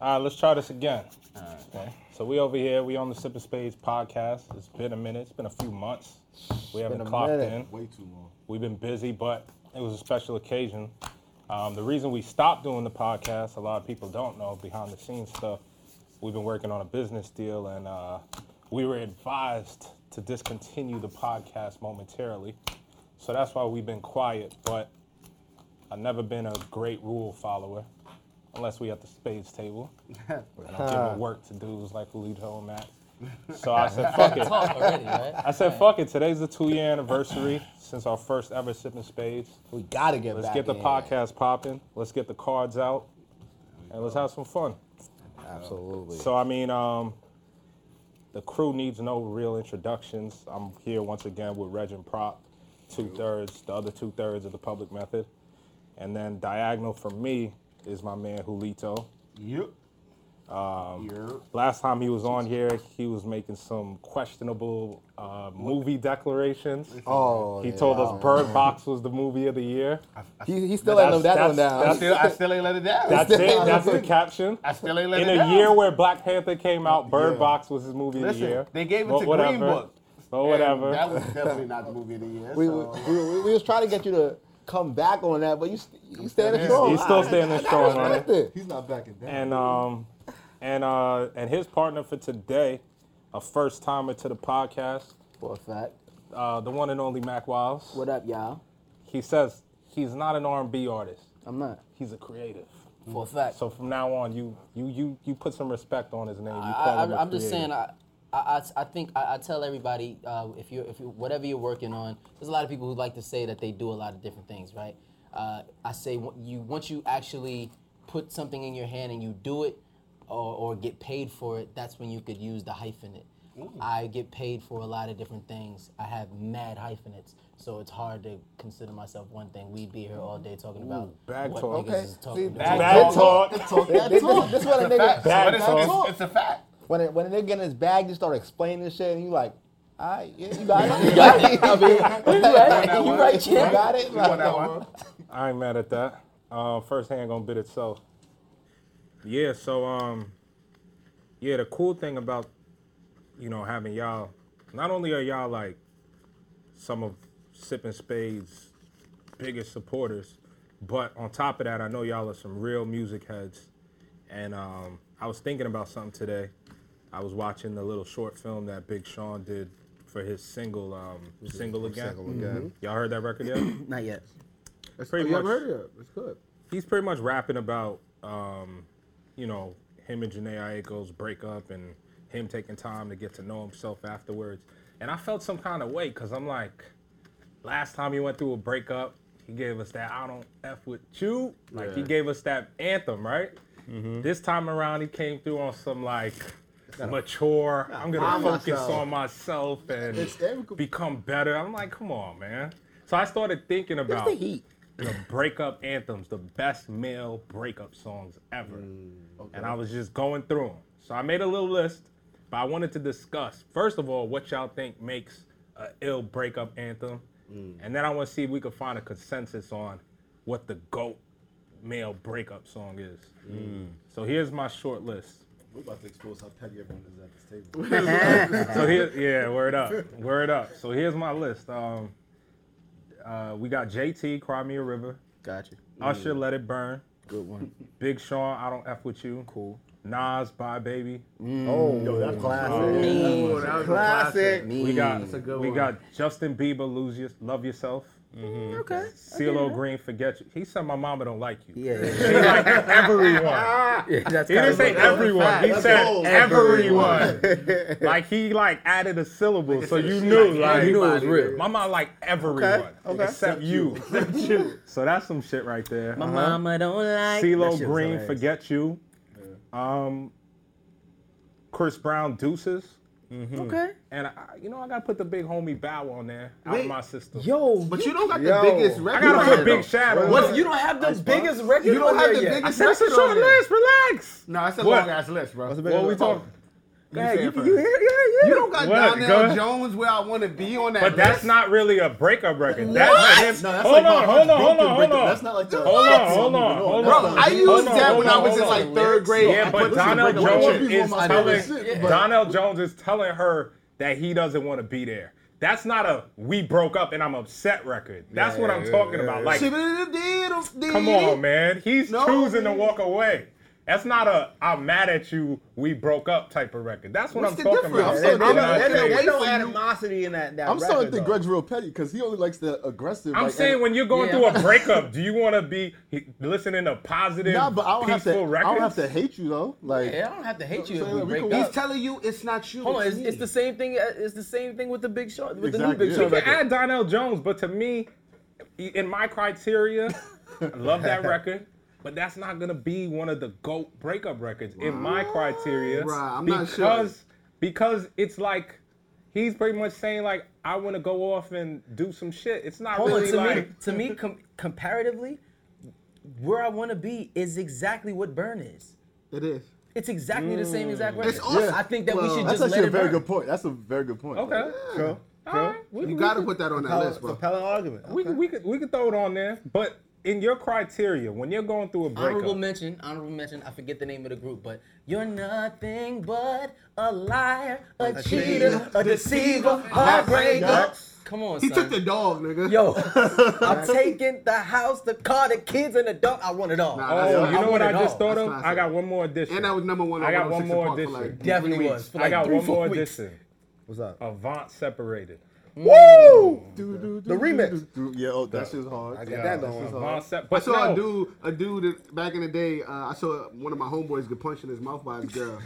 All right, let's try this again. Okay. So we over here. We on the Sip of Spades podcast. It's been a minute. It's been a few months. We haven't a clocked minute. in. Way too long. We've been busy, but it was a special occasion. Um, the reason we stopped doing the podcast, a lot of people don't know, behind the scenes stuff. We've been working on a business deal, and uh, we were advised to discontinue the podcast momentarily. So that's why we've been quiet. But I've never been a great rule follower, unless we at the spades table. and I'm giving work to dudes like Julio and Matt. So I said, fuck it. Talk already, right? I said, fuck it. Today's the two year anniversary since our first ever sipping spades. We gotta get Let's back. get the in. podcast popping. Let's get the cards out, and let's have some fun. Absolutely. So I mean, um, the crew needs no real introductions. I'm here once again with Reg and Prop, two thirds, the other two thirds of the public method, and then diagonal for me is my man Julito. Yep. Um, yep. Last time he was on here, he was making some questionable uh, movie declarations. oh, He yeah, told I us don't Bird Box was the movie of the year. know. He, he still That's- ain't lived that one that's- down. I still, I still ain't let it down. That's it. I That's the think- caption. I still ain't let In it a down. year where Black Panther came out, Bird Yeah. Box was his movie of the Listen, year. they gave it But to whatever. Green Book. But And whatever. That was definitely not the movie of the year. we, we, so. we, we was trying to get you to come back on that, but you st- you standing Yeah. strong. He's still I- standing strong on it. Listen, He's not backing down. And um, and uh, and his partner for today, a first timer to the podcast, For a fact. uh, the one and only Mac Wiles. What up, y'all? He says he's not an R&B artist. I'm not. He's a creative. For a fact. So from now on, you you you you put some respect on his name. You call I, him a I, I'm just creative. saying, I, I, I, I think I, I tell everybody uh, if you if you whatever you're working on, there's a lot of people who like to say that they do a lot of different things, right? Uh, I say w- you once you actually put something in your hand and you do it, or, or get paid for it, that's when you could use the hyphenate. I get paid for a lot of different things. I have mad hyphenates, so it's hard to consider myself one thing. We'd be here all day talking about bag what talk. niggas Okay. is See, talking about. bag Bad talk. talk. This, this, this, this when a nigga, Fact. But it's, talk. it's, it's a fact. when it, when a nigga get in his bag, you start explaining this shit, and you like, all right, yeah, you got it. You got it. I mean, you right. You right, You champ. got it. You want that one? I ain't mad at that. Uh, first hand gonna bid itself. Yeah, so um, yeah, the cool thing about you know having y'all, not only are y'all like some of Sippin' Spades' biggest supporters, but on top of that, I know y'all are some real music heads. And um, I was thinking about something today. I was watching the little short film that Big Sean did for his single, um, single again. Single Again. Y'all heard that record yet? Not yet. That's Pretty you haven't much. heard it yet. It's good. he's pretty much rapping about, um, you know, him and Janae Aiko's breakup and him taking time to get to know himself afterwards. And I felt some kind of way because I'm like, last time he went through a breakup, he gave us that I don't F with you. Like, he Yeah. gave us that anthem, right? This time around, he came through on some like, Mature. I'm gonna I'm focus myself. on myself and It's every- become better. I'm like, come on, man. So I started thinking about the heat. the breakup anthems, the best male breakup songs ever. Mm. And I was just going through them. So I made a little list, but I wanted to discuss, first of all, what y'all think makes a ill breakup anthem. And then I want to see if we could find a consensus on what the GOAT male breakup song is. So here's my short list. We're about to expose how petty everyone is at this table. so here, yeah, word up, word up. So here's my list. Um, uh, we got JT, Cry Me a River. Gotcha. Usher, Let It Burn. Mm. Good one. Big Sean, I Don't F With You. Cool. Nas, Bye Baby. Oh, that's classic. Oh, that was a classic. We got a good we one. got Justin Bieber, Lose Your, Love Yourself. Okay. CeeLo Green, Forget You. He said my mama don't like you. Yeah. yeah. She like everyone. That's He didn't say everyone. He That's said old. everyone. like he like added a syllable, so you knew like you knew it was real. my mom like everyone okay. except you. So that's some shit right there. Uh-huh. My mama don't like. CeeLo That shit was Green, hilarious. Forget You. Um, Chris Brown, Deuces. Okay. And, I, you know, I got to put the big homie Bow on there. Out of Wait. my system. Yo, But you don't got Yo. the biggest I I record. got to on put there, Big though. Shadow. on What's, there. you don't have the biggest record. You don't on have there the yet. biggest That's a record on short there. list. Relax. No, that's a What? long ass list, bro. What we talking? Yeah, you, said first. you, yeah, yeah, yeah. You don't got What? Donnell Go ahead. Jones where I want to be on that. But that's list. not really a breakup record. What? That's him. No, that's hold like my on, hold heart's on, hold broken on, hold breakup. on. That's not like the- Hold What? on, hold on, hold Bro, on. I used Hold on, that hold when on, I was hold in on. like third grade. Yeah, I but put this Donnell breakup on Jones people is on my telling list. Yeah. Donnell Jones is telling her that he doesn't want to be there. That's not a we broke up and I'm upset record. That's what I'm talking about. Like, She did- did- did- come on, man. He's No. choosing to walk away. That's not a I'm mad at you, we broke up type of record. That's what What's I'm the talking difference? about. I'm so They're not different. paying. Wait There's no for you. animosity in that. that I'm record, starting to think though. Greg's real petty because he only likes the aggressive. I'm like, saying and- when you're going Yeah. through a breakup, do you want to be he- listening to positive, Nah, but I don't have to. peaceful I don't records? have to hate you though. Like Yeah, I don't have to hate you if saying, we we break can- up. He's telling you it's not you. Hold on, it's, me. it's the same thing. uh, It's the same thing with the Big Show, with Exactly, the new Big yeah. Show You can record. add Donnell Jones, but to me, i- in my criteria, I love that record. But that's not gonna be one of the GOAT breakup records in my criteria. Right, I'm not because, sure. Because it's like he's pretty much saying like I want to go off and do some shit. It's not Hold on, really to like me, to me, com- comparatively, where I want to be is exactly what Burn is. It is. It's exactly the same Mm. exact record. It's awesome. I think that we Well, should that's just let actually a it very burn. good point. That's a very good point. okay. Cool. All right. We, You we got to could- put that on that Compelling- uh, list, bro. Compelling argument. we, could- we could we could throw it on there, but in your criteria, when you're going through a breakup, Honorable mention, honorable mention. I forget the name of the group, but you're nothing but a liar, a, cheater, cheater, a deceiver, heartbreaker. Come on, He son. took the dog, nigga. Yo, I'm taking the house, the car, the kids, and the dog. I want it all. Nah, Oh, That's- you I know what want I it just all. thought That's of? classic. I got one more addition. And that was number one. I on got one 106 more Park for, edition. like, three Definitely weeks. was. For I like got three, one four more weeks. edition. What's up? Avant separated. Woo! The remix. Yeah, oh, that shit's hard. I got that going shit's on. hard. Avant sep- I but saw no, a dude, a dude that- back in the day. Uh, I saw one of my homeboys get punched in his mouth by his girl.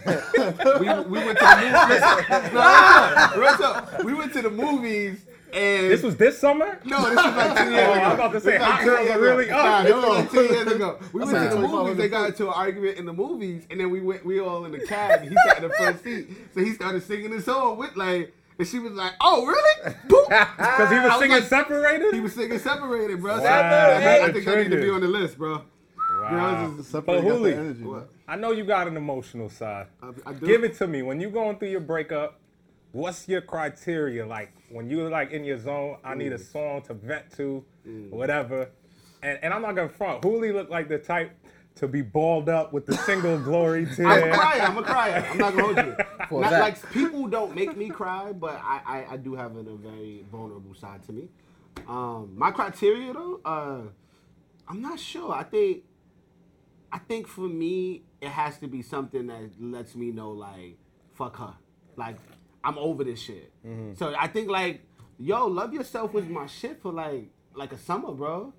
we, we went to the movies. Listen, no, listen, listen. We went to the movies, and This was this summer? no, this was like two Oh, years ago. I was about to say, Like, hot two girls years are ago. really Oh. Nah, up. this was like two years ago. We went like to the 25 movies. They got into an argument in the movies, and then we went. We all in the cab. And he sat in the front seat, so he started singing his song with like, and she was like, "Oh, really?" Because Because he was singing separated? He was singing separated, bro. So Wow, I, I that think I need to triggered. be on the list, bro. Wow. Girls is- But Separating out the Huli, energy. man. I know you got an emotional side. I- I do. Give it to me. When you going through your breakup, what's your criteria? Like when you like in your zone, I need a song to vent to, whatever. And and I'm not gonna front. Huli looked like the type to be balled up with the single glory I'm a tear. crier. I'm a crier. I'm not gonna hold you. For Not, that. like people don't make me cry, but I, I, I do have an- a very vulnerable side to me. Um, my criteria though, uh, I'm not sure. I think, I think for me, it has to be something that lets me know like, fuck her, like I'm over this shit. Mm-hmm. So I think like, yo, love yourself was my shit for like like a summer, bro.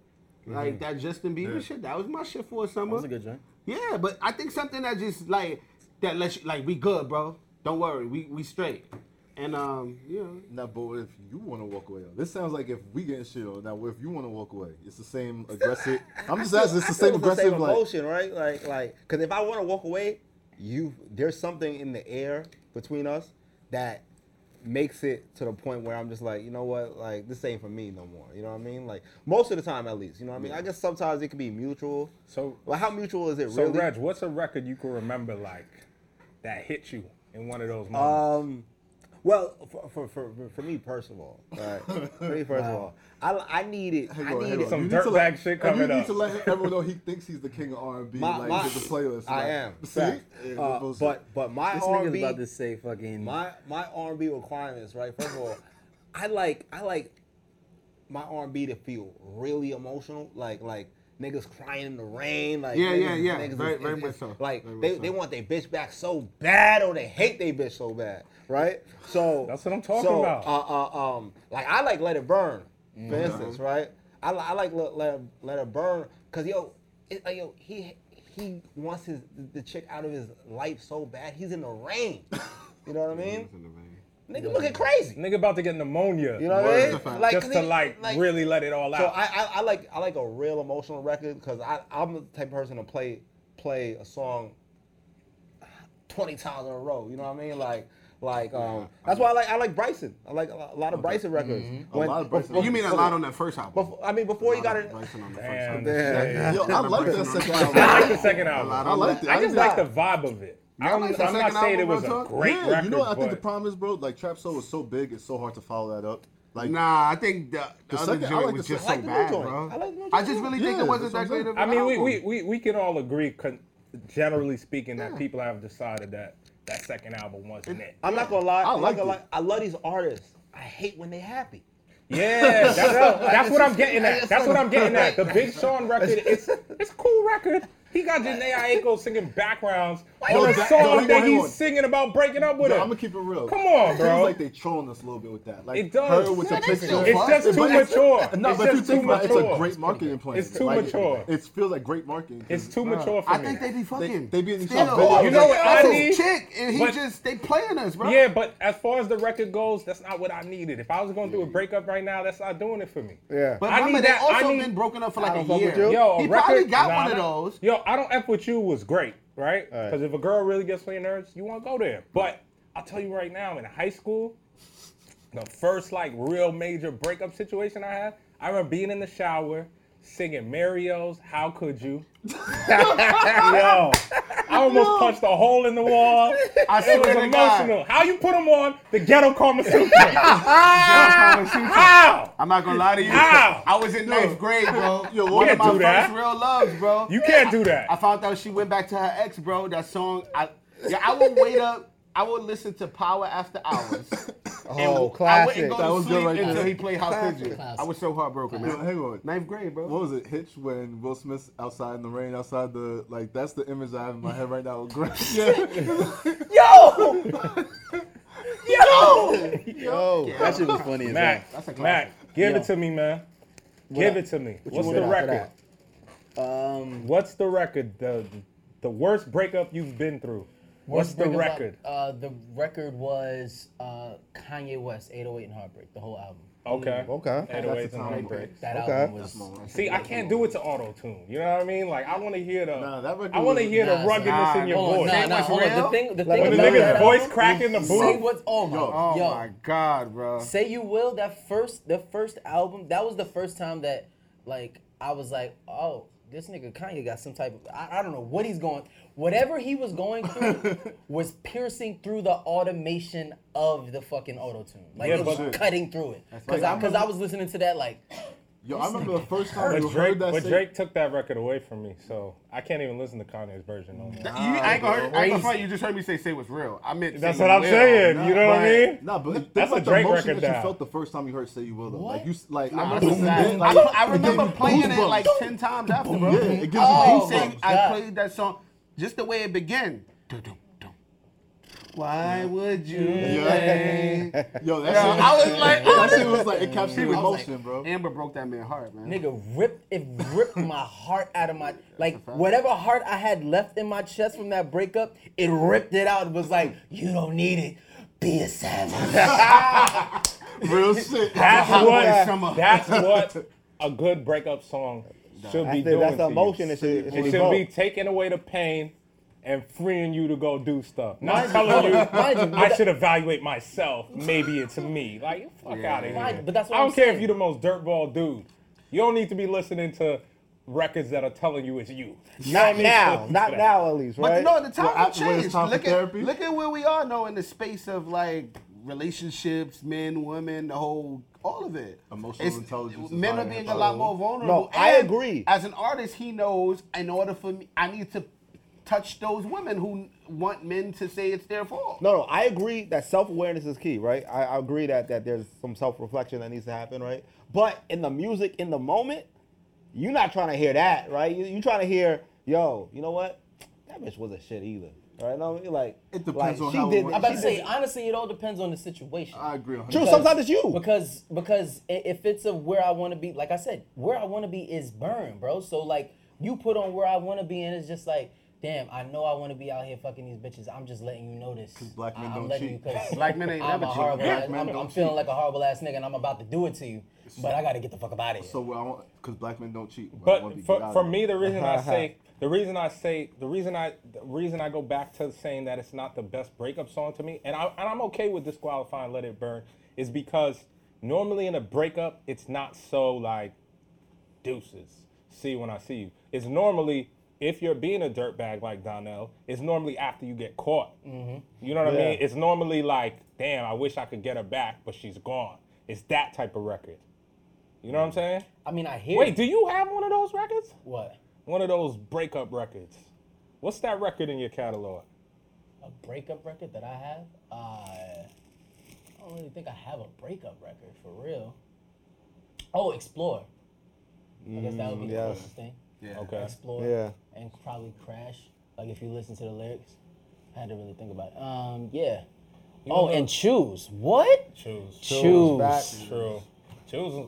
Like that Justin Bieber shit, that was my shit for a Mm-hmm. That summer. was a good joint. Yeah, but I think something that just like that lets you like we good, bro. Don't worry, we we straight. And um, you know, Now, but if you want to walk away, though, this sounds like if we getting shit on. Now, if you want to walk away, it's the same aggressive. I'm just asking. I It's the feel same it's aggressive. same like, emotion, right? Like, like, because if I want to walk away, you there's something in the air between us that makes it to the point where I'm just like, you know what, like this ain't for me no more. You know what I mean? Like most of the time, at least. You know what I mean? I guess sometimes it can be mutual. So- well, how mutual is it So really? Reg, what's a record you can remember like that hit you in one of those moments? Um, well, for for, for, for- for me, first of all, right? for me, first of all, I I needed I Hang on, hang needed on. Some You need to let- dirtbag shit and coming You up. need to let everyone know he thinks he's the king of R&B. my, like my he's the playlist. I like, am. See, facts. Yeah, it's Uh, bullshit. but but my This R&B nigga's about to say fucking. my my R&B requirements, right? First of all, I like I like my R&B to feel really emotional, like like niggas crying in the rain, like Yeah, yeah, niggas- yeah. niggas Very- is- very is- much is- so. Like Very much they, so. they want their bitch back so bad, or they hate their bitch so bad, right? So That's what I'm talking so, about. Uh, uh, um, like I like Let It Burn, for instance, right? I, li- I like Let Let It, Let It Burn because yo, it, like, yo, he he wants his the chick out of his life so bad. He's in the rain. You know what I mean? Nigga looking crazy. Nigga about to get pneumonia. You know what Word I to mean? fact. just 'cause to he- like, really let it all out. So I, I, I like I like a real emotional record because I I'm the type of person to play play a song twenty times in a row. You know what I mean? Like like um that's why I like I like Bryson. I like a lo- a lot of Bryson records. Mm-hmm. A lot of Bryson. you mean a lot on that first album? Before, I mean before you got it. Damn. it. shit. Oh, Yo, I like that Bryson on second the- I album. like the second A lot album. on I liked it. I I just didn't like the vibe of it. I don't, I'm like the not second saying it album, was real a talk. great yeah, record. You know what I think the but- problem is, bro? Like Trap Soul is so big, it's so hard to follow that up. Like Nah, I think the, the, The other second- I joint like was the just so second- I like bad, the new bro. joint. I like the new I joint, just yeah. really think Yeah, it wasn't that's that what great I'm saying. of I an mean, we, album. we, we, we can all agree, con- generally speaking, that people have decided that that second album wasn't it. I'm not gonna lie. I I liked like it. I love these artists. I hate when they happy. Yeah, that's, that's what I'm getting I at. just- That's what I'm getting at. The Big Sean record, it's it's a cool record. He got Janae Aiko singing backgrounds Yo, on a that- yo, song hang that on, hang on. he's singing about breaking up with Yo, her. I'm gonna keep it real. Come on, It bro. feels like they trolling us a little bit with that. Like It does. Her with No, the that's picture. too It's just too But it's- mature. No, It's but if you just think too about it, it's mature. a great marketing plan. It's too Like, mature. It, feels like great marketing. it's too mature for I me. think they be fucking. they be in these still. top videos. You know what That's I his need? chick, and he But- just they playing us, bro. yeah, but as far as the record goes, that's not what I needed. If I was going through a breakup right now, that's not doing it for me. Yeah. But I remember, need they that- I also need- been broken up for I like don't a fuck year. with you. Yo, a he probably record- got nah, one of nah. those. Yo, I don't f with you was great, right? Alright. Because if a girl really gets on your nerves, you want to go there. But I'll tell you right now, in high school, the first like real major breakup situation I had, I remember being in the shower singing Mario's "How Could You." Yo, I almost punched a hole in the wall. I it was swear to God. emotional. How you put them on the ghetto Kama Sutra? How? I'm not gonna lie to you. Ow. I was in ninth grade, bro. Yo, one of can't my do first that. real loves, bro. You can't do I that. found out she went back to her ex, bro. That song, I yeah, I would wait up. I would listen to Power After Hours. Oh, I wouldn't classic. go That to was good sleep right there. until he played How Could You. Classic. I was so heartbroken, Yo, man. hang on. Ninth grade, bro. What was it? Hitch when Will Smith's outside in the rain, outside the like. That's the image I have in my head right now. With Griff. Yeah. Yo, Yo, that shit was funny as hell. Mac, That's a classic. Mac, give Yo. it to me, man. Give I- it to me. what you What's want the after record? Um, What's the record? The the worst breakup you've been through. What's Worst the breakup, record? Uh, the record was uh, Kanye West, 808 and Heartbreak, the whole album. Oh. Okay. okay. That's That's Anyways, the and time Heartbreak. break. That Okay. album was. See, I can't do it to auto tune. You know what I mean? Like I want to hear the Nah, that record I want to was- hear the Nah, ruggedness nah, in your Hold on, voice. nah, nah, what's hold on. The real? thing, the Like, thing when the about nigga's that voice album- crack in the Say booth. what's oh my, Oh yo, my God, bro. Say You Will, that first the first album, that was the first time that like I was like, oh, this nigga Kanye got some type of I, I don't know what he's going whatever he was going through was piercing through the automation of the fucking autotune. Like Yeah, it was but- cutting through it. Cause like- I cause I was listening to that like Yo, I remember the first time But you Drake, heard that. but shit- Drake took that record away from me, so I can't even listen to Kanye's version no more. You, I ain't gonna, I ain't gonna front, you just heard me say say what's real. I meant That's say what I'm real. saying. Nah, you know what I but- mean? Nah, but think That's a about the Drake emotion record that you down. felt the first time you heard "Say You Will." Though, What? like you, s- like I Nah, remember, I, that, I, like, I it gave remember me playing it goosebumps. like ten times after, bro. Yeah, it gives you Oh, goosebumps. my Say, I God. played that song just the way it began. Dun, dun, dun. Why would you? Yeah. play? Yo, that Yeah, shit, I was like, "Oh, that shit was like, it captured I was emotion, like, bro. Amber broke that man's heart, man. nigga ripped it ripped my heart out of my like whatever heart I had left in my chest from that breakup, it ripped it out and was like, you don't need it. Be a savage. Real shit. That's Hot Boy Summer. what. That's what a good breakup song should be doing. That's, the, that's to the you. emotion. It should, it should It should be taking away the pain and freeing you to go do stuff. Not telling you mind you, I but- should evaluate myself. Maybe it's me. Like you fuck out of Mind here. you, but that's what I don't I'm care if saying. you're the most dirtball dude. You don't need to be listening to records that are telling you it's you. You Not don't need now. to- Not now, at least, But right? no, the times Well, have after- when it's changed. time for Look at, therapy. look at where we are now in the space of like relationships, men, women, the whole, all of it. Emotional intelligence is Men are higher, being a lot bro. more vulnerable. No, I And agree. As an artist, he knows in order for me, I need to touch those women who want men to say it's their fault. No, no, I agree that self awareness is key, right? I, I agree that, that there's some self reflection that needs to happen, right? But in the music, in the moment, you're not trying to hear that, right? You, you're trying to hear, yo, you know what? That bitch wasn't shit either, right? No, you're like, It depends like, on she how it did. was- I'm about to she say, did- honestly, it all depends on the situation. I agree. 100%. true. Sometimes it's you. Because because i- if it's a where I want to be, like I said, where I want to be is burn, bro. So like you put on where I want to be, and it's just like, damn, I know I want to be out here fucking these bitches. I'm just letting you know this. black men I- I'm don't letting cheat. you cause Black men ain't I'm never a cheat. horrible. Black ass- men I'm, don't I'm feeling cheat. like a horrible ass nigga, and I'm about to do it to you. But I gotta get the fuck up out of here. So what I want, because black men don't cheat. what I wanna be But for, get for out of me, it. the reason I say the reason I say the reason I the reason I go back to saying that it's not the best breakup song to me, and I and I'm okay with disqualifying "Let It Burn," is because normally in a breakup, it's not so like deuces. See you when I see you. It's normally if you're being a dirtbag like Donnell, it's normally after you get caught. Mm-hmm. You know what I mean? It's normally like, damn, I wish I could get her back, but she's gone. It's that type of record. You know what I'm saying? I mean, I hear. Wait, do you have one of those records? what? One of those breakup records. What's that record in your catalog? A breakup record that I have? Uh, I don't really think I have a breakup record for real. Oh, explore. I guess that would be Mm, the yes. closest thing. Yeah. Okay. Explore. Yeah. And probably crash. Like if you listen to the lyrics, I had to really think about it. Um, yeah. oh, and choose. What? Choose. Choose. back. True. Choose.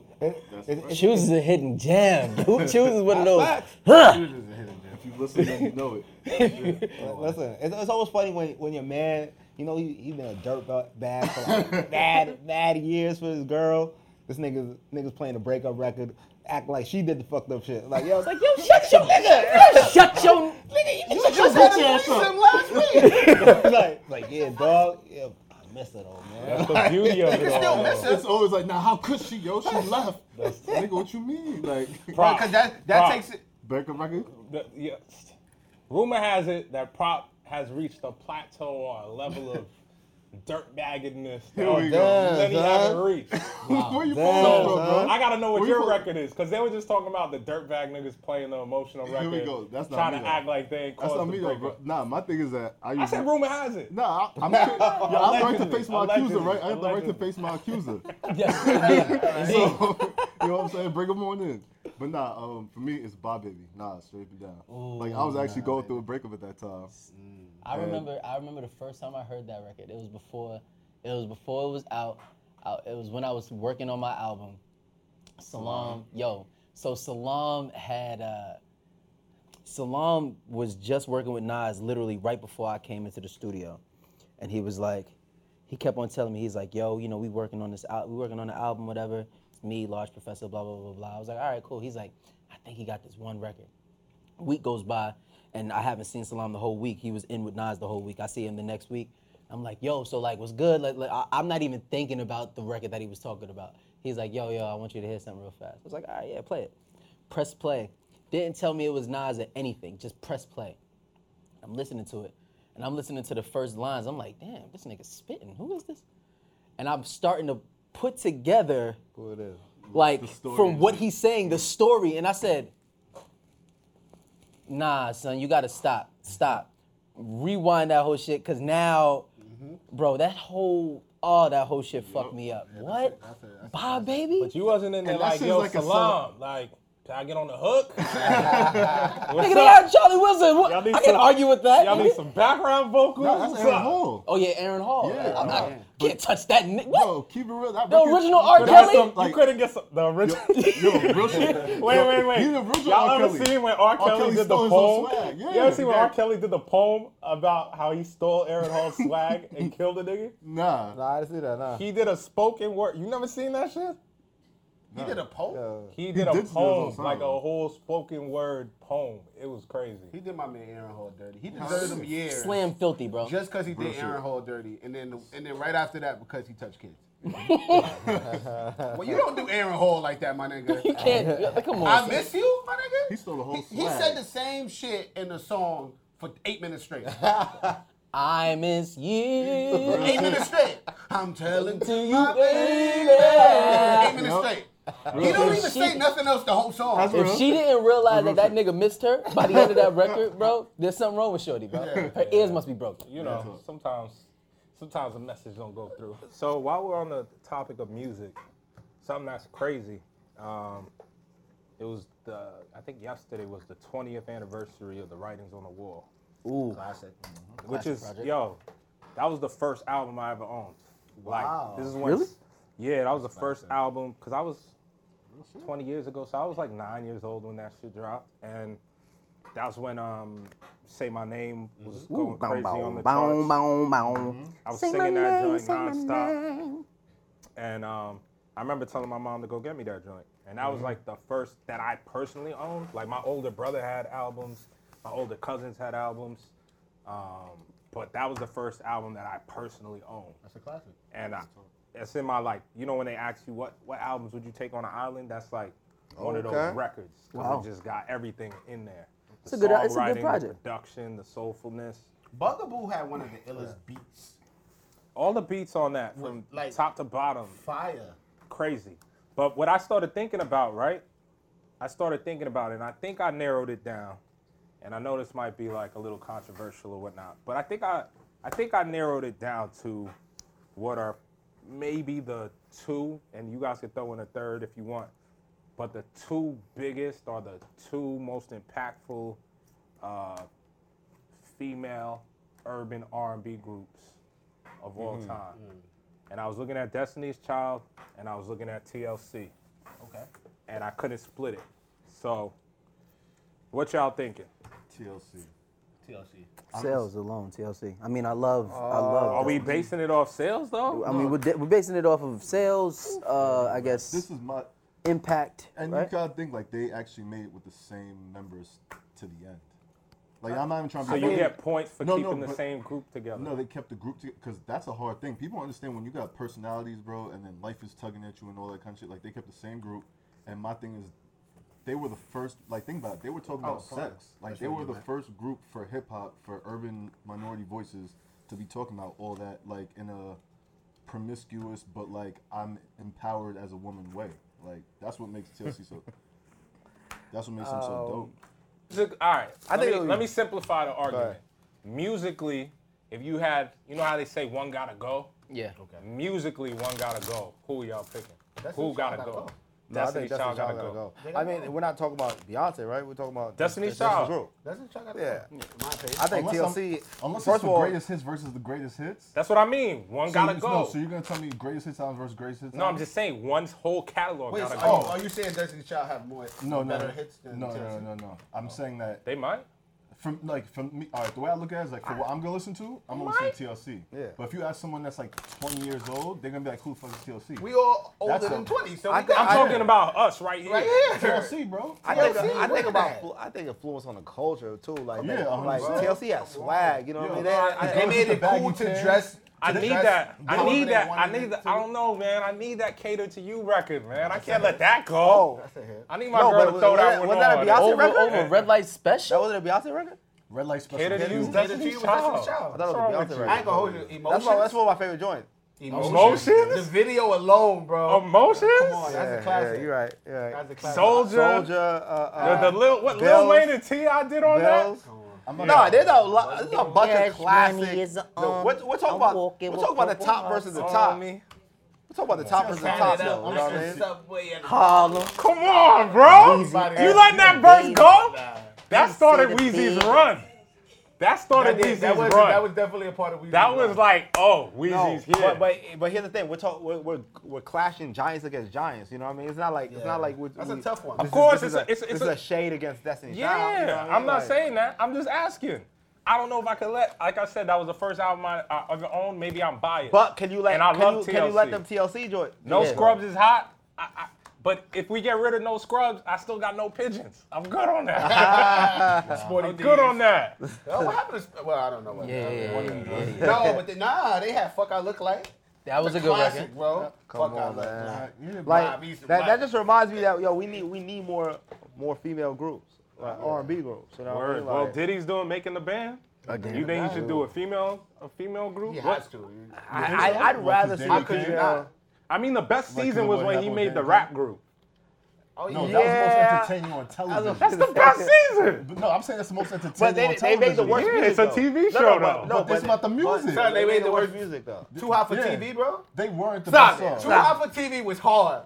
Choose is a hidden gem. Who chooses one of those? If you listen, then you know it. uh, Listen, it's, it's always funny when when your man, you know, he he been a dirt ba- bag for like bad bad years for his girl. This nigga's niggas playing a breakup record, acting like she did the fucked up shit. Like yo, it's like yo, shut your nigga, Shut your. nigga, you Shut your bitch ass up. just like like yeah, dog, yeah, I miss it all, man. That's the beauty of it all. though. That's always like, now how could she, yo? She left. Nigga, what you mean? Like, Prop. Because that that Prop. takes it. Back up record? The, yeah. Rumor has it that Prop has reached a plateau or a level of dirtbaggedness Here we that go. many Yes, haven't reached. Where you Damn, pulling from, son. bro? I gotta know what Where you your from? record is, cause they were just talking about the dirtbag niggas playing the emotional Here we record, go. That's not trying me, to though. act like they ain't That's caused not the me, though, bro. breakup. Nah, my thing is that I I use. said rumor has it. Nah, I- I'm, yo, I have the right to face my Allegedly. accuser, right? I have the right to Allegedly. face my accuser. Yes, indeed. So, you know what I'm saying? Bring them on in. But nah, um, for me, it's Bob Baby. Nah, straight me down. Oh, like, I was actually going through a breakup at that time. I remember. I remember the first time I heard that record. It was before. It was before it was out. out it was when I was working on my album, Salam. Yo, so Salam had. Uh, Salam was just working with Nas literally right before I came into the studio, and he was like, he kept on telling me he's like, yo, you know, we working on this out, we working on the album, whatever. It's me, Large Professor, blah blah blah blah. I was like, all right, cool. He's like, I think he got this one record week goes by and I haven't seen Salam the whole week. He was in with Nas the whole week. I see him the next week. I'm like, yo, so like, what's good? Like, like, I, I'm not even thinking about the record that he was talking about. He's like, yo, yo, I want you to hear something real fast. I was like, all right, yeah, play it. Press play. Didn't tell me it was Nas or anything. Just press play. I'm listening to it, and I'm listening to the first lines. I'm like, damn, this nigga's spitting. Who is this? And I'm starting to put together, Who it is? like, story from and what shit. he's saying, the story. And I said, nah, son, you gotta stop, stop, rewind that whole shit, cause now, bro, that whole, all that whole shit fucked me up. what? Bob, baby? But you wasn't in there And that like shit's yo like a salam, like can I get on the hook? Nigga, What's they up? had Charlie Wilson. What? Y'all I need can't some- argue with that. Y'all need some background vocals. Nah, that's What's Aaron up? Hall. Oh yeah, Aaron Hall. Yeah, I'm not, nah. can't touch that. Ni- what? Yo, keep it real. That The record- original R. But that's Kelly? some- you couldn't get some, the original. Yo, real shit. Wait, Yo, wait, wait. he the original Y'all R. ever Kelly. seen when R. Kelly, Kelly did the stole his own poem? swag. you Yeah, ever seen when yeah. R. Kelly did the poem about how he stole Aaron Hall's swag and killed a nigga? Nah. Nah, I didn't see that. Nah. He did a spoken word. You never seen that shit? He did a poll. Yo. He did did a do his own poem, song. like a whole spoken word poem. It was He crazy. did my man Aaron Hall dirty. He deserved him years. Slam filthy, bro. Just because he did Aaron Hall dirty, and then and then right after that because he touched kids. well, you don't do Aaron Hall like that, my you nigga. can't. yeah, Come on. I son. miss you, my nigga. He stole the whole He, he swag. said the same shit in the song for eight minutes straight. I miss you. eight minutes straight. I'm telling To you, my baby. baby. Eight minutes straight. He don't even say nothing else the whole song. That's If real. she didn't realize that that nigga missed her by the end of that record, bro, there's something wrong with Shorty, bro. Her ears must be broken. You know, sometimes, sometimes a message don't go through. So while we're on the topic of music, something that's crazy. Um, it was the I think yesterday was the 20th anniversary of the Writings on the Wall. Classic. which is yo, that was the first album I ever owned. Wow, like, this is when Really? Yeah, that was the first album because I was 20 years ago, so I was like nine years old when that shit dropped, and that's when um, say my name was going crazy on the charts. I was singing that joint nonstop. And um, I remember telling my mom to go get me that joint. And that was like the first that I personally owned. Like my older brother had albums, my older cousins had albums. Um, but that was the first album that I personally owned. That's a classic. And I, it's in my like, you know, when they ask you what what albums would you take on an island, that's like one of Okay. those records. 'cause It just got everything in there. It's a good- it's a good project. The production, the soulfulness, Bugaboo had one of the illest beats. all the beats on that from like- top to bottom, Fire. crazy. But what I started thinking about, right? I started thinking about it, and I think I narrowed it down. And I know this might be like a little controversial or whatnot, but I think I, I think I narrowed it down to what are maybe the two, and you guys can throw in a third if you want. But the two biggest or the two most impactful uh, female urban R&B groups of all Mm-hmm. time. And I was looking at Destiny's Child, and I was looking at TLC, Okay. and I couldn't split it. So, what y'all thinking? TLC. TLC. Sales alone, TLC. I mean, I love, Uh, I love. Are we that. basing it off sales though? I mean, we're, di- we're basing it off of sales. Uh, I guess This is my. impact. And right? you gotta think like they actually made it with the same members to the end. Like I'm not even trying to. Uh, So be you funny. get points for No, no, keeping the but- same group together. No, they kept the group together because that's a hard thing. People don't understand when you got personalities, bro, and then life is tugging at you and all that kind of shit. Like they kept the same group, and my thing is, they were the first. Like think about it, they were talking about sorry. sex. Like Oh, That's they what were you the meant. first group for hip hop for urban minority voices to be talking about all that, like in a promiscuous but like I'm empowered as a woman way. Like that's what makes TLC so. That's what makes them Oh. so dope. Music- all right. I think think let me, we- let me simplify the argument. ahead. Musically, if you had, you know how they say one gotta go. Yeah. Musically, one gotta go. Who y'all picking? Who Child gotta go? Gotta Go. No, I Destiny's think Destiny's Child gotta gotta go. go. I mean, we're not talking about Beyonce, right? We're talking about Destiny's Child. Group. That's what y'all got Yeah, my opinion. I think Unless TLC. I'm- unless first it's of the all, greatest hits versus the greatest hits. That's what I mean. One So gotta you- go. No, so you're gonna tell me greatest hits albums versus greatest hits? No, I'm albums? just saying one's whole catalog Wait, gotta so go. Oh, are, you, are you saying Destiny's Child have more no, no, better no, hits than no, TLC? no, no, no, no. Oh. I'm saying that They might. from like from me. All right, the way I look at it is like Ah. for what I'm gonna listen to, I'm gonna listen to TLC. Yeah. But if you ask someone that's like 20 years old, they're gonna be like, who the fuck is TLC? We all older That's than a- 20, so I we think- I'm got I- talking about us right here. right here. TLC, bro. I think, TLC, I look think at about that. flu- I think influence on the culture too. Like, Yeah, that- like 100%. TLC has swag. You know what I mean? Yeah. They, I- they- They made it cool Baggy to tan. dress. I to need dress that. I however need they that. I wanted need it that. to. I don't know, man. I need that cater to you record, man. I can't let that go. That's I need my Oh. No, but girl to throw was that, that- one was that a on. Beyonce over, record? Over, Red Light Special. that wasn't a Beyonce record. Red light special. Cater to K. you, What's Destiny's Destiny's Child. Child. I thought it What's wrong was with Beyonce you? I ain't record. gonna hold you. Emotions. That's why. That's one of my favorite joints. Emotions? The video alone, bro. on, Emotions? that's a Yeah, classic. you're right. You're right. That's a classic. Soldier. Soldier. Uh, The, the Lil, what Lil Bells. Wayne and T.I. did on Bells. I'm not No, gonna- there's a lot. There's a bunch Cash of money is classics. No, on. we're, we're talking I'm about walking we're with talking about the purple top hearts versus the that? top. On We're me. talking about the top versus the Turn top it up though. You know what like I the mean? subway and- Harlem. Come on, bro. You let that verse go? That started See the Weezy's beat. run. That started That, did- Weezy's that run. was, that was definitely a part of Weezy's That was run. like, oh, No, Weezy's here. but, but but here's the thing. We're talking. We're, we're we're clashing giants against giants. You know what I mean? It's not like it's Yeah. not like we're, That's a we, tough one. this Of is- course, this it's is a- it's a- this it's is a- a shade against Destiny. Yeah, I'm not saying that. I'm just asking. I don't know if I could let. Like I said, that was the first album I, I ever owned. Maybe I'm biased. But can you let And I can, love you, can you TLC. let them TLC join? no Yeah. scrubs is hot. I, I, but if we get rid of no scrubs, I still got no pigeons. I'm good on that. Sporty I'm good on that. Oh, what happened to? Sp- Well, I don't know what. Yeah, happened. yeah, yeah, yeah, yeah. No, but they, nah, they had fuck. I look like. That was The a good classic, record. bro. Come fuck I on, look man. like. Yeah, Like Nah, we used to that, rock. that just reminds me that yo we need we need more more female groups like R and B groups. You know Word. what I mean? Well, Like, Diddy's doing making the band. you think you should do a female a female group? He What? has to. I, I, I'd rather see. How could you female- not? I mean, the best Like season was Lil Wayne when had he one made band, the huh? rap group. Oh, No, Yeah. yeah. that was the most entertaining on television. That's the best season. But no, I'm saying that's the most entertaining But they, on they television. made the worst. Yeah, music, it's a though. TV No, no, but- show, though. No, But this about the music. but They made the worst music though. Too hot for Yeah. TV, bro. They weren't the Stop best it. Too song. hot for TV was hard.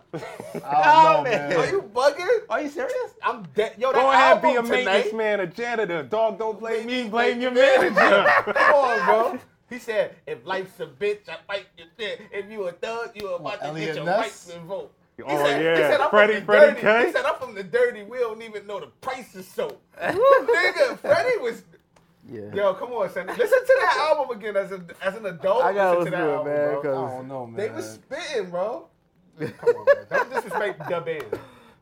I Stop don't know, it. man. Are you bugging? Are you serious? I'm dead. Yo, that Go ahead, be a album tonight. maintenance man, a janitor. Dog, don't blame me, blame your manager. Come on, bro. He said, if life's a bitch, I fight your shit. If you a thug, you about to get Elliot your Ness? rights revoked. He Oh, said, yeah. he said, I'm Freddie- from the Freddie dirty. K? He said, I'm from the dirty. We don't even know the price of soap. Nigga, Freddie was. Yeah. Yo, come on, son. Listen to that album again as, a, as an adult. I gotta listen listen to to that it, album, man, bro. I don't know, man. They was spitting, bro. Come on, man. Don't disrespect the band.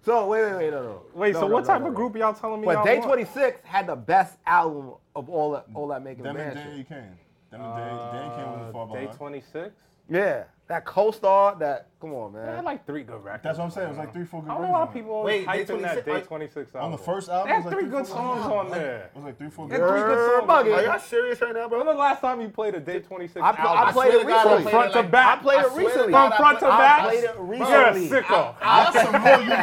So wait, wait, wait, no, no. Wait, No, so no, what no, type no, of no. group y'all telling me But y'all Day want? 26 had the best album of all that, all that making Them and man shit. Danny Kane. Them and Danny, Danny Kane wasn't far Uh, Day behind. 26? Yeah. that co-star, that come on, man. I had like three good records. That's what I'm saying. It was like three, four I good don't know why records on it. people always Wait, Day hyping 26 that day on- 26 on album. the first album. They it had was like three good songs four- on there. It was like three, four They good had three records. good songs. Bugging. on Are there. y'all serious right now, When bro? was the last time you played a Day 26 I, album? I played it swear to God, I recently. From played front it to like- back. I played it swear to recently. God, From front to I back. played it recently. You're a sicko. I, That's some real unique.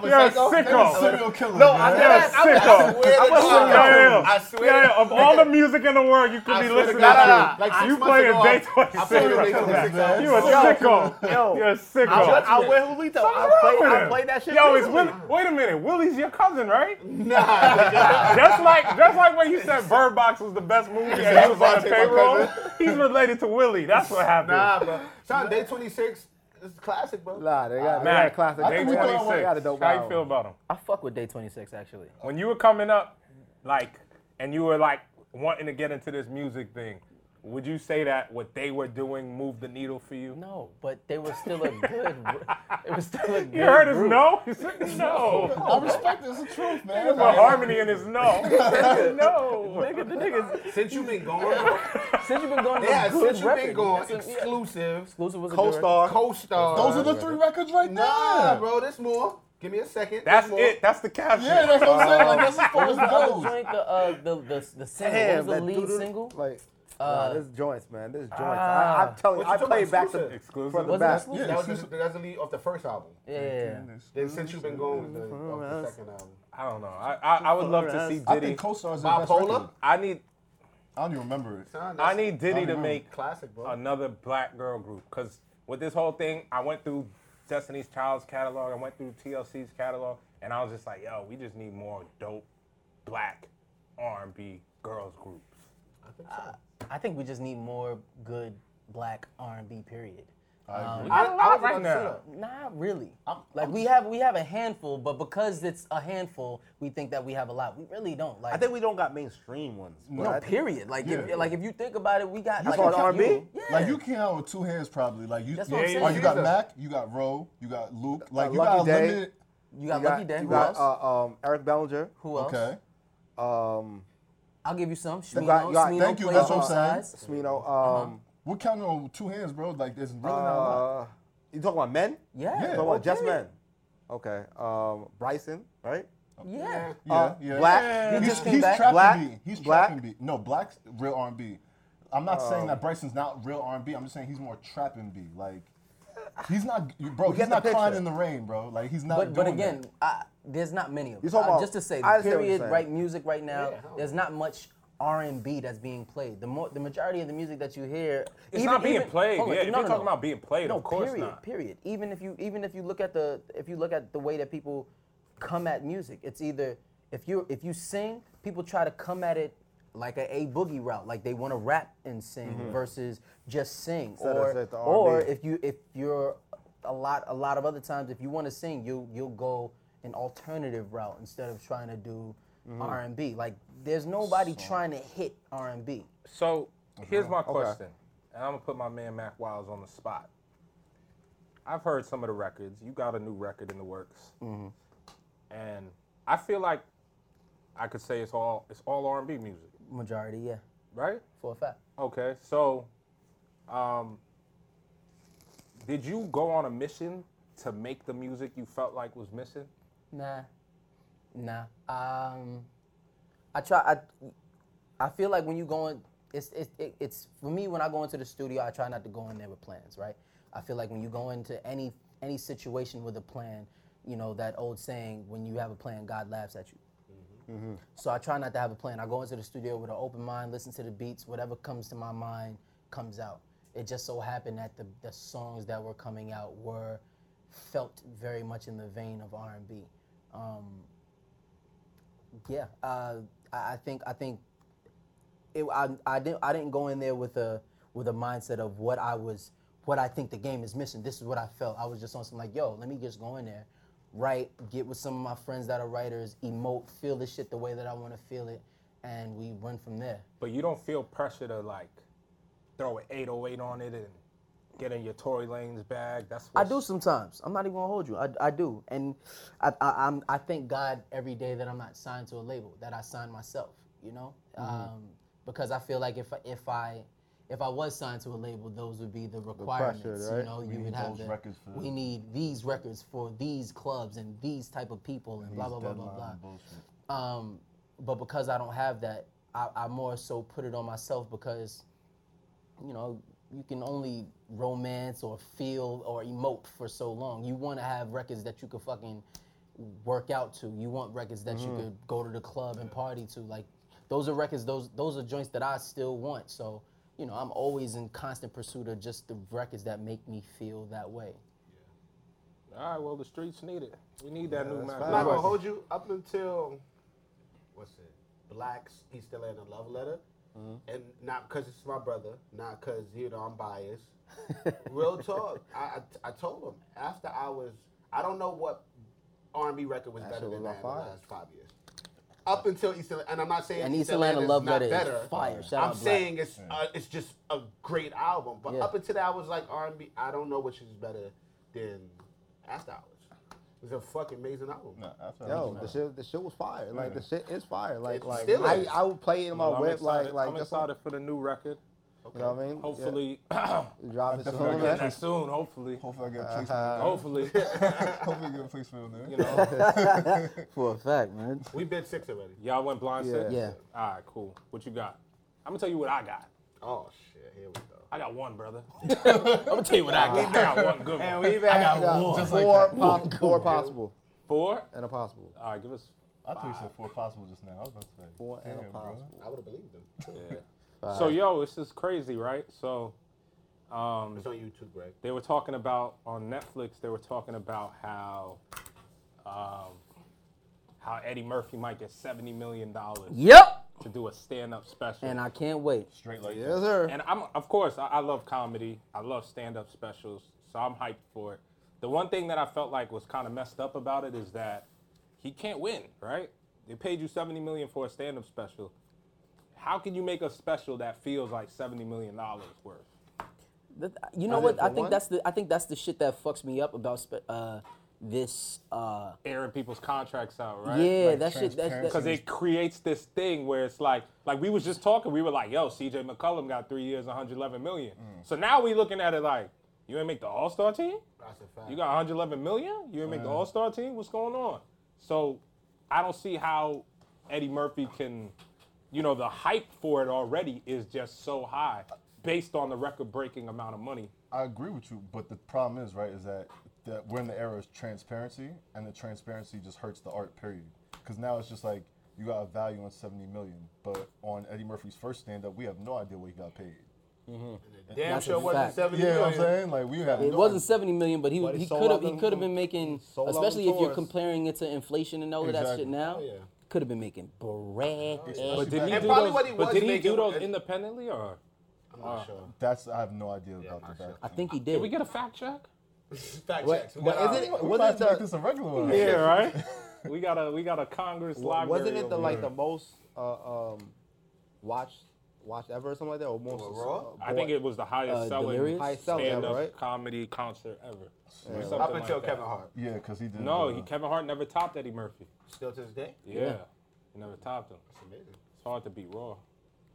You're a gonna say, sicko. Serial killer. No, man. I You're a said I was- I sicko. swear to God. Yeah, yeah. I swear Yeah, to yeah. Of all the music in the world you could I be swear to listening to, God. Nah, nah, nah. Like six you months play ago, a Day I- I played 26 a Day record. 26 album. You a sicko. yo. You're a I, sicko. I wear Julito. I What's wrong played, with I him? played that shit. Yo, it's recently. Willie. Wait a minute, Willie's your cousin, right? Nah. just like just like when you said Bird Box was the best movie and he was on the Devontae, my payroll. cousin. He's related to Willie. That's what happened. Nah, bro. Son, day 26 is classic, bro. Nah, they got, they Man, got classic. Day They got a 26. dope How you album. feel about him? I fuck with Day 26 actually. When you were coming up, like, and you were like wanting to get into this music thing, would you say that what they were doing moved the needle for you? No, but they were still a good. it was still a good. You heard his group. no? He said no. I respect it. It's the truth, man. There's a harmony in his no. no. Nigga, the niggas. Since you've been gone, Since you've been going, to Yeah, good since you've been record. going, That's a- yeah. exclusive, Exclusive was a good record. Co-star. co-star. Those are the three records right there. Nah, bro, there's more. Give me a second. That's There's more. it. That's the caption. Yeah, that's what I'm saying. Like, that's as far What was as the it other goes. joint? The, uh, the, the, the single. Damn, that what was the lead doo-doo, single? Like, Uh, nah, this joints, man. This joints. I, I'm telling you, What you I talking play about, back to exclusive? Exclusive. front to Wasn't back. exclusive? Yeah, That Ah. was exclusive. the, that's the lead off the first album. yeah, yeah, yeah. Mm-hmm. Then since you've been going, the, off the second album. I don't know. I, I, I would love to see I Diddy. think co-stars are the best Bipolar. record. I need I don't even remember it. Son, I that's need Diddy to remember. make classic, bro. another black girl group. Cause with this whole thing, I went through Destiny's Child's catalog, I went through TLC's catalog, and I was just like, yo, we just need more dope black R&B girls groups. I think we just need more good black R&B. Period. Uh, We got a lot right now. Not really. like we have we have a handful, but because it's a handful, we think that we have a lot. We really don't. Like I think we don't got mainstream ones. but no I think- period. Like if, like if you think about it, we got like call a it few- R&B? Yeah. Like you can out with two hands probably. Like you, That's what I'm Yeah, oh, saying. you got Mac, you got Roe, you got Luke. Like you Lucky got a Day. limited. You got You got- Lucky Day. you Who got, else? uh, um, Eric Bellinger. Who else? Okay. Um, I'll give you some. You got- Shmino, you got- Smino thank you, plays that's what both I'm saying. sides. Smino. Uh-huh. Um, We're counting on two hands, bro. Like there's really not a lot. uh, you talking about men? Yeah. You talking about just period. men? Okay. Um, Bryson, right? Yeah. Yeah, uh, yeah. Black. Yeah. He He's, just came he's back. trapping Black. B. He's Black. Oh. trapping B. No, Black's real R&B. I'm not saying that Bryson's not real R&B. I'm just saying he's more trapping B. Like he's not, you- bro. get He's the not crying picture. in the rain, bro. Like he's not. But, but doing that. again, I, there's not many of them. talking Uh, about- just to say, I understand what you're period, saying. right music right now, Yeah, hell there's not much R&B that's being played. The more, the majority of the music that you hear, It's not being played. hold on, Yeah, if you're talking about being played, no, of course period, not. Period. Even if you, even if you look at the, if you look at the way that people come at music, it's either if you if you sing, people try to come at it like a a boogie route, like they want to rap and sing versus just sing, of- or instead of or R&B. if you if you're a lot a lot of other times if you want to sing you you'll go an alternative route instead of trying to do R&B like there's nobody trying to hit R&B So here's Mhm. my question, and I'm gonna put my man Mac Wiles on the spot. I've heard some of the records. You got a new record in the works, Mm-hmm. and I feel like I could say it's all it's all R&B music, majority yeah right? for a fact Okay, so, um, did you go on a mission to make the music you felt like was missing? nah nah um I try I I feel like when you go in it's it, it, it's for me when I go into the studio I try not to go in there with plans right I feel like when you go into any any situation with a plan you know that old saying when you have a plan God laughs at you So I try not to have a plan. I go into the studio with an open mind, listen to the beats, whatever comes to my mind comes out. It just so happened that the, the songs that were coming out were felt very much in the vein of R&B. Um, yeah, uh, I, I think I think it, I, I didn't I didn't go in there with a with a mindset of what I was what I think the game is missing. This is what I felt. I was just on some like, yo, let me just go in there, write, get with some of my friends that are writers, emote, feel this shit the way that I want to feel it, and we run from there. But you don't feel pressure to like throw an 808 on it and get in your Tory Lanez bag. That's I what's- do sometimes. I'm not even gonna hold you. I, I do, and I, I I'm I thank God every day that I'm not signed Mm-hmm. to a label that I sign myself. You know, um, because I feel like if I- if I if I was signed to a label, those would be the pressure, requirements. right? You know, We you need would have those the, records for- we need these records for these clubs and these type of people and blah blah blah blah blah. Deadline bullshit. Um, but because I don't have that, I, I more so put it on myself because, you know, you can only romance or feel or emote for so long. You want to have records that you could fucking work out to. You want records that you could go to the club and party to. Like, those are records. Those those are joints that I still want. So, you know, I'm always in constant pursuit of just the records that make me feel that way. All right, well, the streets need it. We need that new I'm not Mac. gonna hold you up until what's it? Blacks, he's still in a love letter, and not because it's my brother, not because you know I'm biased. Real talk, I, I I told him after I was I don't know what R&B record was better shit was than that on in the fire. last five years. Up until East Atlanta, and I'm not saying And East Atlanta's Atlanta Love not Letter is better. fire. Shout I'm out Black. saying it's uh, it's just a great album, but Yeah. up until that I was like R&B. I don't know which is better than After Hours. It was a fucking amazing album. Nah, that's what I Yo, mean. the shit, the shit was fire. Like the shit is fire. Like, It like still I, is. I would play it in my I'm whip. Like, excited- like I'm just- excited for the new record. You know what I mean? Yeah. Hopefully, Drop it soon, We'll get man. that soon. Hopefully, Hopefully Uh-huh. I get a placement. hopefully. Hopefully I get a placement on there. you know, for a fact, man. We bid six already. y'all went blind six. Yeah. All right, cool. What you got? I'm gonna tell you what I got. Oh shit, here we go. I got one, brother. I'm gonna tell you what I got. I got one good one. we back. Yeah, uh, four, pos- four possible Four. and a possible. All right, give us. I thought you said four possible just now. I was about to say. Four and damn, a bro. possible. I would have believed him. So yo, this is crazy, right? So It's on YouTube, Greg. they were talking about on Netflix. They were talking about how, um, how Eddie Murphy might get seventy million dollars Yep. to do a stand-up special. And I can't wait. Straight like Yes, sir. And I'm, of course, I, I love comedy. I love stand-up specials, so I'm hyped for it. The one thing that I felt like was kind of messed up about it is that he can't win, right? They paid you 70 million for a stand-up special. How can you make a special that feels like 70 million dollars worth? That- You know it what? for I think one? that's the I think that's the shit that fucks me up about spe- uh, this. Uh, Airing people's contracts out, right? yeah, Like that shit. That's because that, it creates this thing where it's like like we was just talking we were like yo cj mccullum got three years 111 million so now we looking at it like you ain't make the all-star team That's a fact. you got 111 million you ain't make the all-star team what's going on so i don't see how eddie murphy can you know the hype for it already is just so high based on the record-breaking amount of money I agree with you, but the problem is, right, is that, that we're in the era of transparency, and the transparency just hurts the art, period. Because now it's just like, you got a value on 70 million, but on Eddie Murphy's first stand up, we have no idea what he got paid. Damn That's sure a wasn't fact. seventy Yeah, you know what I'm million. saying? Like, we have it no wasn't idea. seventy million, but he But he he sold could out have he them- could have been making, sold out them especially if you're tours. comparing it to inflation and all of that Exactly. shit now. Oh, yeah. Could have been making bread. but did he And do probably those, what he but was did he making do those was- independently or I'm not sure. That's, I have no idea about the fact. I think he did did. we get a fact check Fact checks. We got But our- is it, We might wasn't have to make it this the, a regular one. yeah right we got a we got a congress wa- library wasn't it the over like here. the most uh, um watch watch ever or something like that? Or most Raw? uh, I think boy- it was the highest Uh, selling Delirious? Highest selling ever, stand up right? comedy concert ever. Or something Up until like that. Kevin Hart. Yeah, because he did. No, uh, he, Kevin Hart never topped Eddie Murphy. Still to this day. Yeah. He never topped him. It's amazing. It's hard to beat Raw.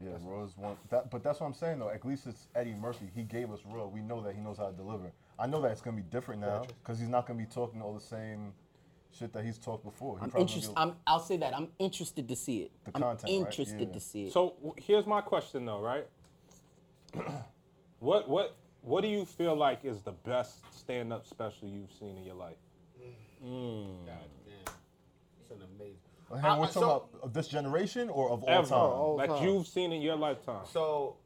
Yeah, Raw is one. That, but that's what I'm saying though. At least it's Eddie Murphy. He gave us Raw. We know that he knows how to deliver. I know that it's gonna be different now because he's not gonna be talking all the same shit that he's talked before. He I'm probably interested. gonna I'm. I'll say that I'm interested to see it. The I'm content, right? interested Yeah. to see it. So w- here's my question though, right? what what what do you feel like is the best stand up special you've seen in your life? God damn. It's an amazing. be- Hey, I- we're I- talking about of this generation or of all Ever. time. Like you've seen in your lifetime. So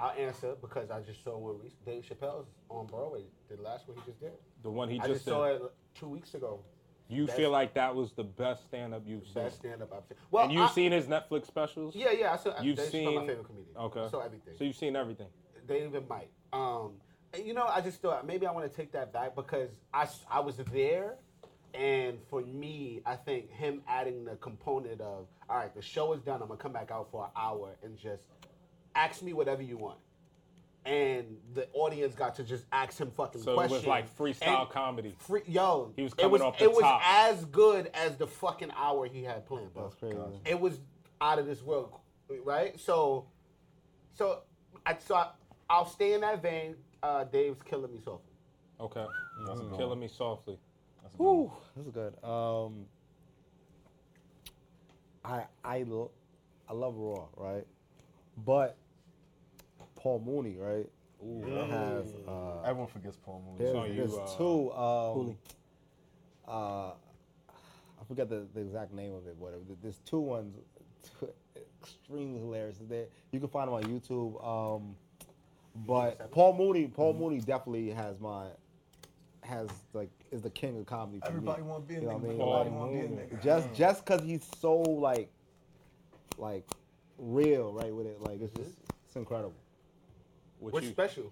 I'll answer because I just saw what Reese- Dave Chappelle's on Broadway. The last one he just did. The one he I just, just said. saw it two weeks ago. You Best- feel like that was the best stand up you've seen. Best stand up I've seen. Well, and you've I- seen his Netflix specials? Yeah, yeah. I saw. You've Dave Chappelle, seen my favorite comedian. Okay. I saw everything. So you've seen everything. They even Mike. Um, and you know, I just thought maybe I want to take that back because I, s- I was there, and for me, I think him adding the component of all right, the show is done. I'm gonna come back out for an hour and just ask me whatever you want. And the audience got to just ask him fucking So it was questions. like freestyle And comedy. Free, yo, He was it coming was off the it was top. as good as the fucking hour he had planned. Bro. That's crazy. It was out of this world, right? So so I saw I'll stay in that vein. Uh, Dave's killing me softly. Okay. Mm-hmm. Killing me softly. Whew, this is good. Um, I I l- I love Raw, right? But Paul Mooney, right? Has uh, Everyone forgets Paul Mooney. there's, So you, there's uh, two. Um, uh, I forget the, the exact name of it. Whatever. There- There's two ones, two, extremely hilarious. They, you can find them on YouTube. Um, but Paul Mooney, Paul Mm-hmm. Mooney definitely has my has like is the king of comedy. For Everybody me. wanna be a You know what nigga. I mean? Everybody Like, wanna be a nigga. Mm. Just just because he's so like like real, right? With it, like it's just it's incredible. what What's you, special?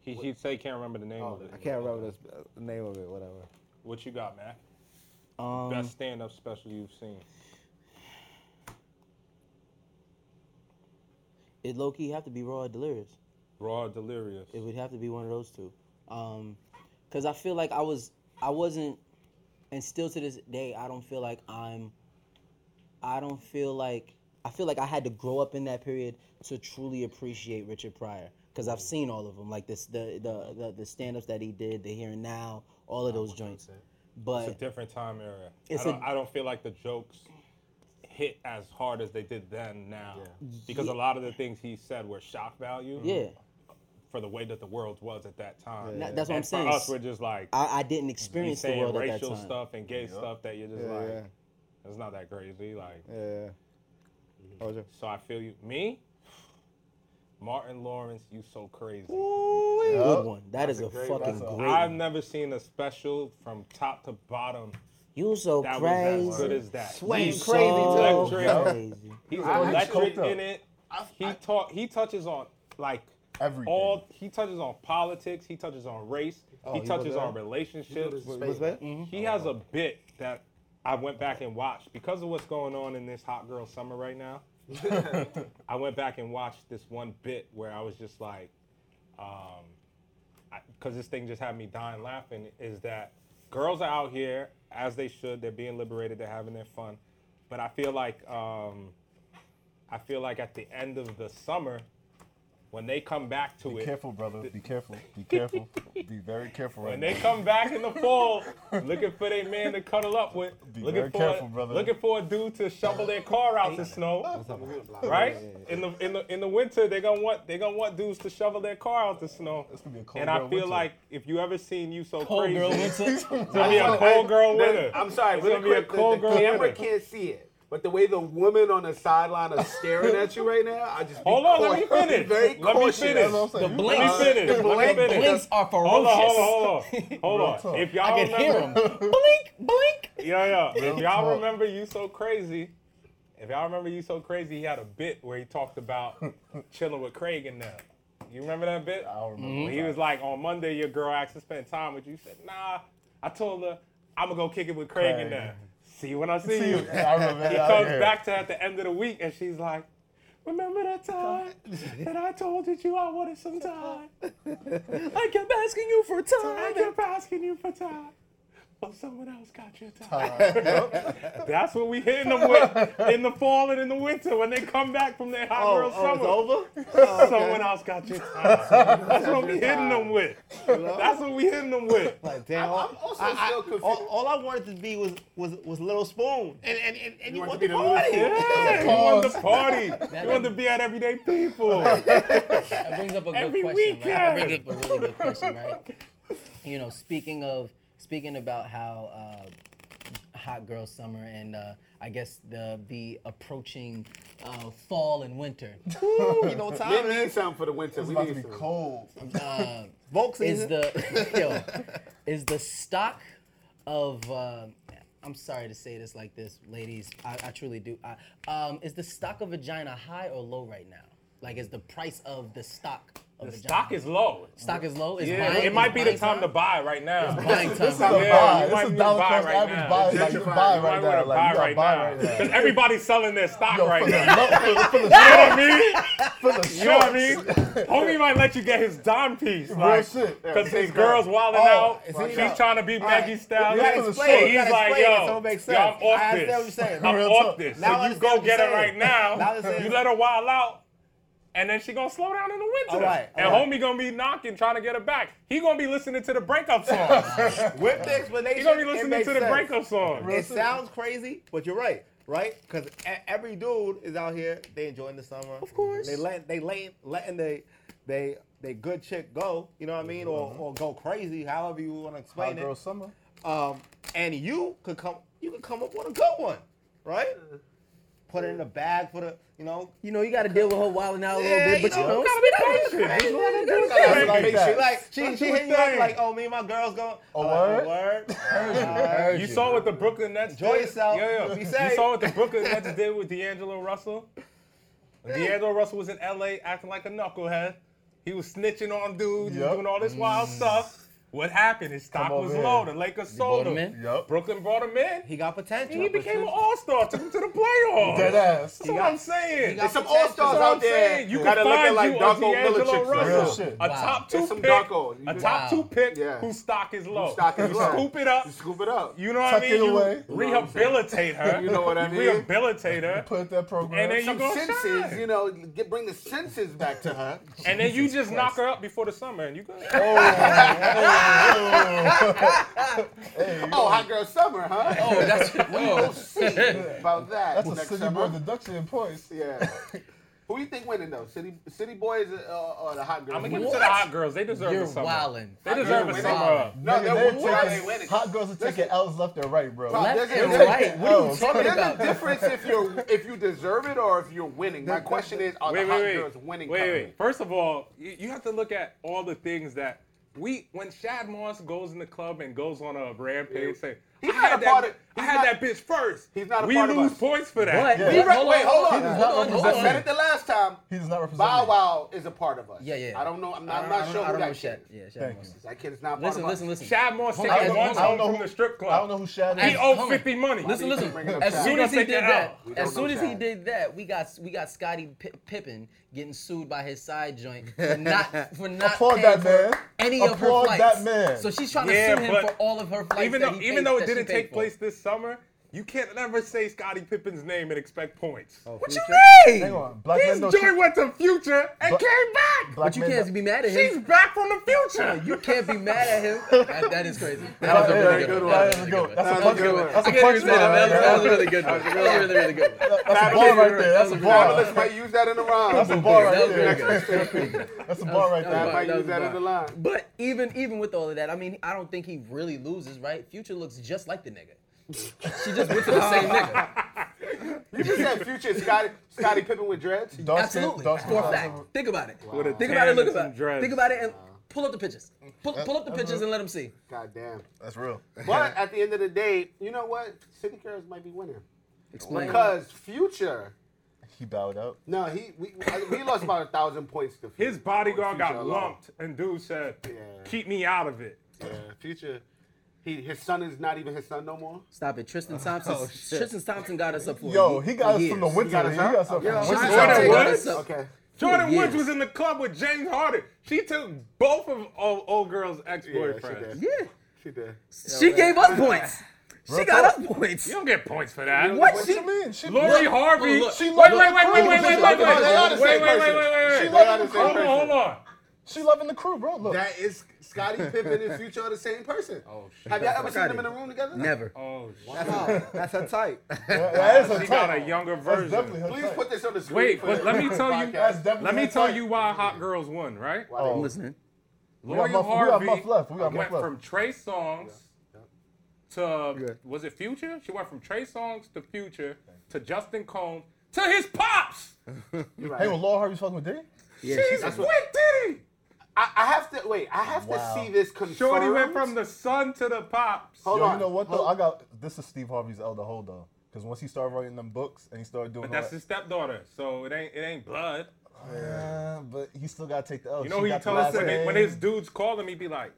he, he say can't remember the Oh, name of it. I can't remember this, uh, the name of it. Whatever. What you got, Mac? Um, Best stand up special you've seen. It low key have to be raw or delirious. Raw Delirious. It would have to be one of those two, because I feel like I was I wasn't, and still to this day I don't feel like I'm. I don't feel like I feel like I had to grow up in that period to truly appreciate Richard Pryor because I've seen all of them like this the the the, the stand ups that he did the here and now all of those joints, but It's a different time era. It's I a- don't, I I don't feel like the jokes hit as hard as they did then now because a lot of the things he said were shock value. yeah, For the way that the world was at that time. Nah, that's what I'm And saying. For us, we're just like I, I didn't he's experience the saying world at that racial time. stuff and gay stuff that you're just Yeah, like, yeah. it's not that crazy. Like, Yeah. What was your- so I feel you. Me, Martin Lawrence, you so crazy. Good one. That is a great- fucking that's a- great. I've one. never seen a special from top to bottom You so that crazy. was as good as that. You Wayne so crazy too. Electric. crazy. He's I- I electric choked up. in it. He taught. He touches on like Everything. All he touches on politics. He touches on race. he Oh, you touches know on that? relationships. What's that? He has a bit that I went back and watched because of what's going on in this hot girl summer right now. I went back and watched this one bit where I was just like, um, because this thing just had me dying laughing. Is that girls are out here as they should? They're being liberated. They're having their fun, but I feel like um, I feel like at the end of the summer, when they come back to Be it, careful, brother. Be careful. Be careful. be very careful right When they now. come back in the fall, looking for their man to cuddle up with, Be looking very for careful, a, brother. looking for a dude to shovel their car out the snow, right? In the in the in the winter, they gonna want they gonna want dudes to shovel their car out the snow. It's gonna be a cold And I girl feel winter. like if you ever seen you so Cold crazy, girl winter. it's gonna be a cold girl winter. I'm sorry, it's really gonna be a quick, the- cold the, girl camera winter. can't see it. But the way the women on the sideline are staring at you right now, I just be Hold on, let me cau- finish. Very Let me cautious. finish. That's what I'm saying. The You- blink. Let me finish. Let The me blink- finish. blinks are Hold on, ferocious. hold on, hold on. Hold on. If y'all I can hear remember, him. blink, blink. Yeah, yeah. If y'all talk. remember you so crazy, if y'all remember you so crazy, he had a bit where he talked about chilling with Craig and them. You remember that bit? I don't remember. When he was like, on Monday, your girl asked to spend time with you. He said, Nah, I told her I'm gonna go kick it with Craig, and Craig. them. See you when I see, See you. you. I remember He that. comes Yeah. back to her at the end of the week, and she's like, Remember that time that I told you I wanted some time? I kept asking you for I time. kept asking you for time, but someone else got your time. Time. That's what we hitting them with in the fall and in the winter when they come back from their hot girl summer. oh, Someone else got your time. That's what we hitting them with. That's what we hitting them with. Like, damn, all- I'm also I- I- oh. still confused. all, all I wanted to be was was was Little Spoon, and and and, and you, want want to the be the Little party. Yeah, you want to party. You want to be at everyday people. That brings up a good Every question. Right? That brings up a really good question, right? You know, speaking of speaking about how uh, hot girl summer and uh, I guess the the approaching uh, fall and winter Ooh, you know what time We it need is? something for the winter. It's we about to need be something. cold. Volk is season. the yo, is the stock of. Uh, I'm sorry to say this like this, ladies. I, I truly do. I, um, is the stock of vagina high or low right now? Like, is the price of the stock of The vagina? stock is low. Stock is low. Is Yeah, buying- it might is be the buying time to buy right now. Buying time. It's a Yeah, buy. you might It's need a to dollar buy cost right average now. buy. Like, you buy You might want right now. to Like, buy you gotta right buy now. right now. Because everybody's selling their stock Yo, right for the now. lo- for the- for the You know what I mean? for the You know what I shorts. mean? Homie might let you get his dime piece. Real shit. Because Yeah, his girl. girl's wilding Oh, out. is he She's not? trying to be Maggie Style. You gotta and explain it. he's You gotta like, explain it yo, so it makes yo, sense. I'm off I understand this. what you're saying. I'm Real off talk. this. Now I so you understand go what get you're it saying. right now. Now I understand. you let her wild out. and then she gonna slow down in the winter. All right, all and right. homie gonna be knocking, trying to get her back. He gonna be listening to the breakup song. With the explanation, he gonna be it listening makes to the sense. breakup song. It sounds crazy, but you're right, right? Because every dude is out here. They enjoying the summer. Of course. They let they let letting they they they good chick go. You know what I mean? Or or go crazy, however you want to Hot explain girl it. summer. Um, and you could come you could come up with a good one, right? Put it in a bag. Put a you know. You know, you got to deal with her wilding out a little Yeah, bit, but you know, gotta be patient. Just let her do That's her like thing. that. Like she, That's she her hit you up thing. like, oh, me and my girls going. A like, word? A word. Heard You saw what the Brooklyn Nets Enjoy did? yourself. Yeah, yeah. Be You safe. saw what the Brooklyn Nets did with D'Angelo Russell. When D'Angelo Russell was in LA acting like a knucklehead. He was snitching on dudes, he was Yup. doing all this wild stuff. What happened? His stock Come was over here. low. The Lakers sold brought him him. in? Yup. Brooklyn brought him in. He got potential. And he became an all star, took him to the playoffs. Dead ass. That's what I'm saying. There's That's some all what stars I'm out there. saying. You that can are looking find you a Darko D'Angelo Milicic. Real Russell, shit. a Wow. top two There's some pick, Darko. You a can- top two pick Yeah. whose stock is low. stock is you low. scoop it up. You scoop it up. You know what Tuck I it mean? You away. rehabilitate her. You know what I You mean? Rehabilitate her. Put that program. And then you Some go senses, you shine. know, get, bring the senses back to her. And then you just knock her up before the summer, and you go. Oh, hot girl summer, huh? Oh, that's we will see about that That's a next city summer. boy deduction in points. Yeah. Who you think winning though? City City Boys or, or the hot girls? I'm gonna give it to Winning. the hot girls. They deserve You're the summer. wildin'. They deserve a You're summer. wildin'. up. No, Nigga, they're they're winning. Why taking- they winning? Hot girls are taking L's left and right, bro. Bro, left There's a and difference. right. What are Oh, you talking There's about? a difference if you're if you deserve it or if you're winning. My question is, are Wait, the hot wait, girls wait. winning? Wait, currently? wait. First of all, you, you have to look at all the things that we when Shad Moss goes in the club and goes on a rampage, say, I He's not had a part that, of- I he's had not- that bitch first. he's not a we part of lose us. points for that. But We- but re- wait, hold on. He does not hold on, hold I said on. it the last time. He does not represent. Bow me. Wow is a part of us. Yeah, yeah. I don't know. I'm not, I I'm don't- not I sure don't who know that Shaq. kid is. Yeah, Shaq Thank Moss. you. That kid is not part Listen, of us. listen, listen. Shad Moss Hold taking I on, don't, know, one I don't home know from who, the strip I don't know club. who Shad He is. Hey, owed hold on. 50 money. Listen, keep listen. bringing up As Shaq. soon We gonna as he take did that that, out. We don't as know soon as he Shaq. did that, we got we got Scotty P- Pippen getting sued by his side joint for not for not Applaud paying that for man. any of her Applaud flights. that man. So she's trying Yeah, to sue him but for all of her flights. even that though he even paid- though it that she didn't paid take for. place this summer, you can't never say Scottie Pippen's name and expect points. What you Hang mean? on, black this men don't joint cheat. went to Future and But- came back. Black But you men can't don't- be mad at She's him. back from the future. You can't be mad at him. That- that is crazy. That is a Yeah, really yeah, good one. that That is was a a good- good one. that's a That was punch a good one. one. That's a I can't even punch say that. one, That was- that was a yeah. really good one. That was a really, really good one. That's a bar right there. That's a bar. Fabulous might use that in the rhyme. That's a bar That right was really there. good. That's a bar right That was That bar. there. might use was that in bar. the line. But even even with all of that, I mean, I don't think he really loses, right? Future looks just like the nigga. She just went to the same nigga. You just said future Scotty Scotty Pippen with dreads. Dark skin- Absolutely, dark skin for a guys fact. over- Think about it. With a Think tan about it. Look and some about it. dreads. Think about it and pull up the pictures. Pull, pull up the pictures and let them see. God damn. That's real. But at the end of the day, you know what? City girls might be winning Explain. because future. He bowed out. No, he we, I- we lost about a thousand points to future. His bodyguard Future got alone. lumped, and dude said, Yeah. "Keep me out of it." Yeah, future. He, his son is not even his son no more. Stop it. Tristan Thompson. Tristan Thompson got us up for Yo, ye- he got for us from the years. winter. He got us up from Yeah, the winter. Jordan Thompson got Woods? us up- Okay. Jordan years. Woods was in the club with James Harden. She took both of old, old girl's Yeah, ex-boyfriends. she did. Yeah. She did. She gave us points. She Real got us talk. points. you don't get points for that. What? What She, you mean? She Lori look- Harvey. look, she wait, loved wait, wait, the wait, crew. wait, wait, She wait, loved wait, the wait, crew. They are the wait, wait, same wait, person. wait, She wait, loved wait. the same Hold on, person. hold on. She loving the crew, bro. Look, That is Scottie Pippen and Future are the same person. Oh shit! Have y'all ever seen them in a room together? never. Oh, shit. That's her type. that- that is her she type. got a younger That's version. definitely her Please type. put this on the screen. Wait, for but the let me tell you, That's podcast. definitely let me her tell type. you why Hot Girls won, right? Oh. Oh. I'm listening. We got Lori muff- we got Harvey muff left. We got went muff left. from Trey Songs to was it Future? She went from Trey Songs to Future to Justin Combs to his pops. Hey, well, Lori Harvey's fucking with Diddy? She's with Diddy. I, I have to wait. I have Wow. to see this confirmed. Shorty went from the son to the pops. Hold Yo, on. you know what though? Hold- I got this is Steve Harvey's elder hold though, because once he started writing them books and he started doing But all that's that, his stepdaughter, so it ain't it ain't blood. uh, but he still gotta take the L. You know She who you got the tell us last when, they- when name. his dudes call him, he be like,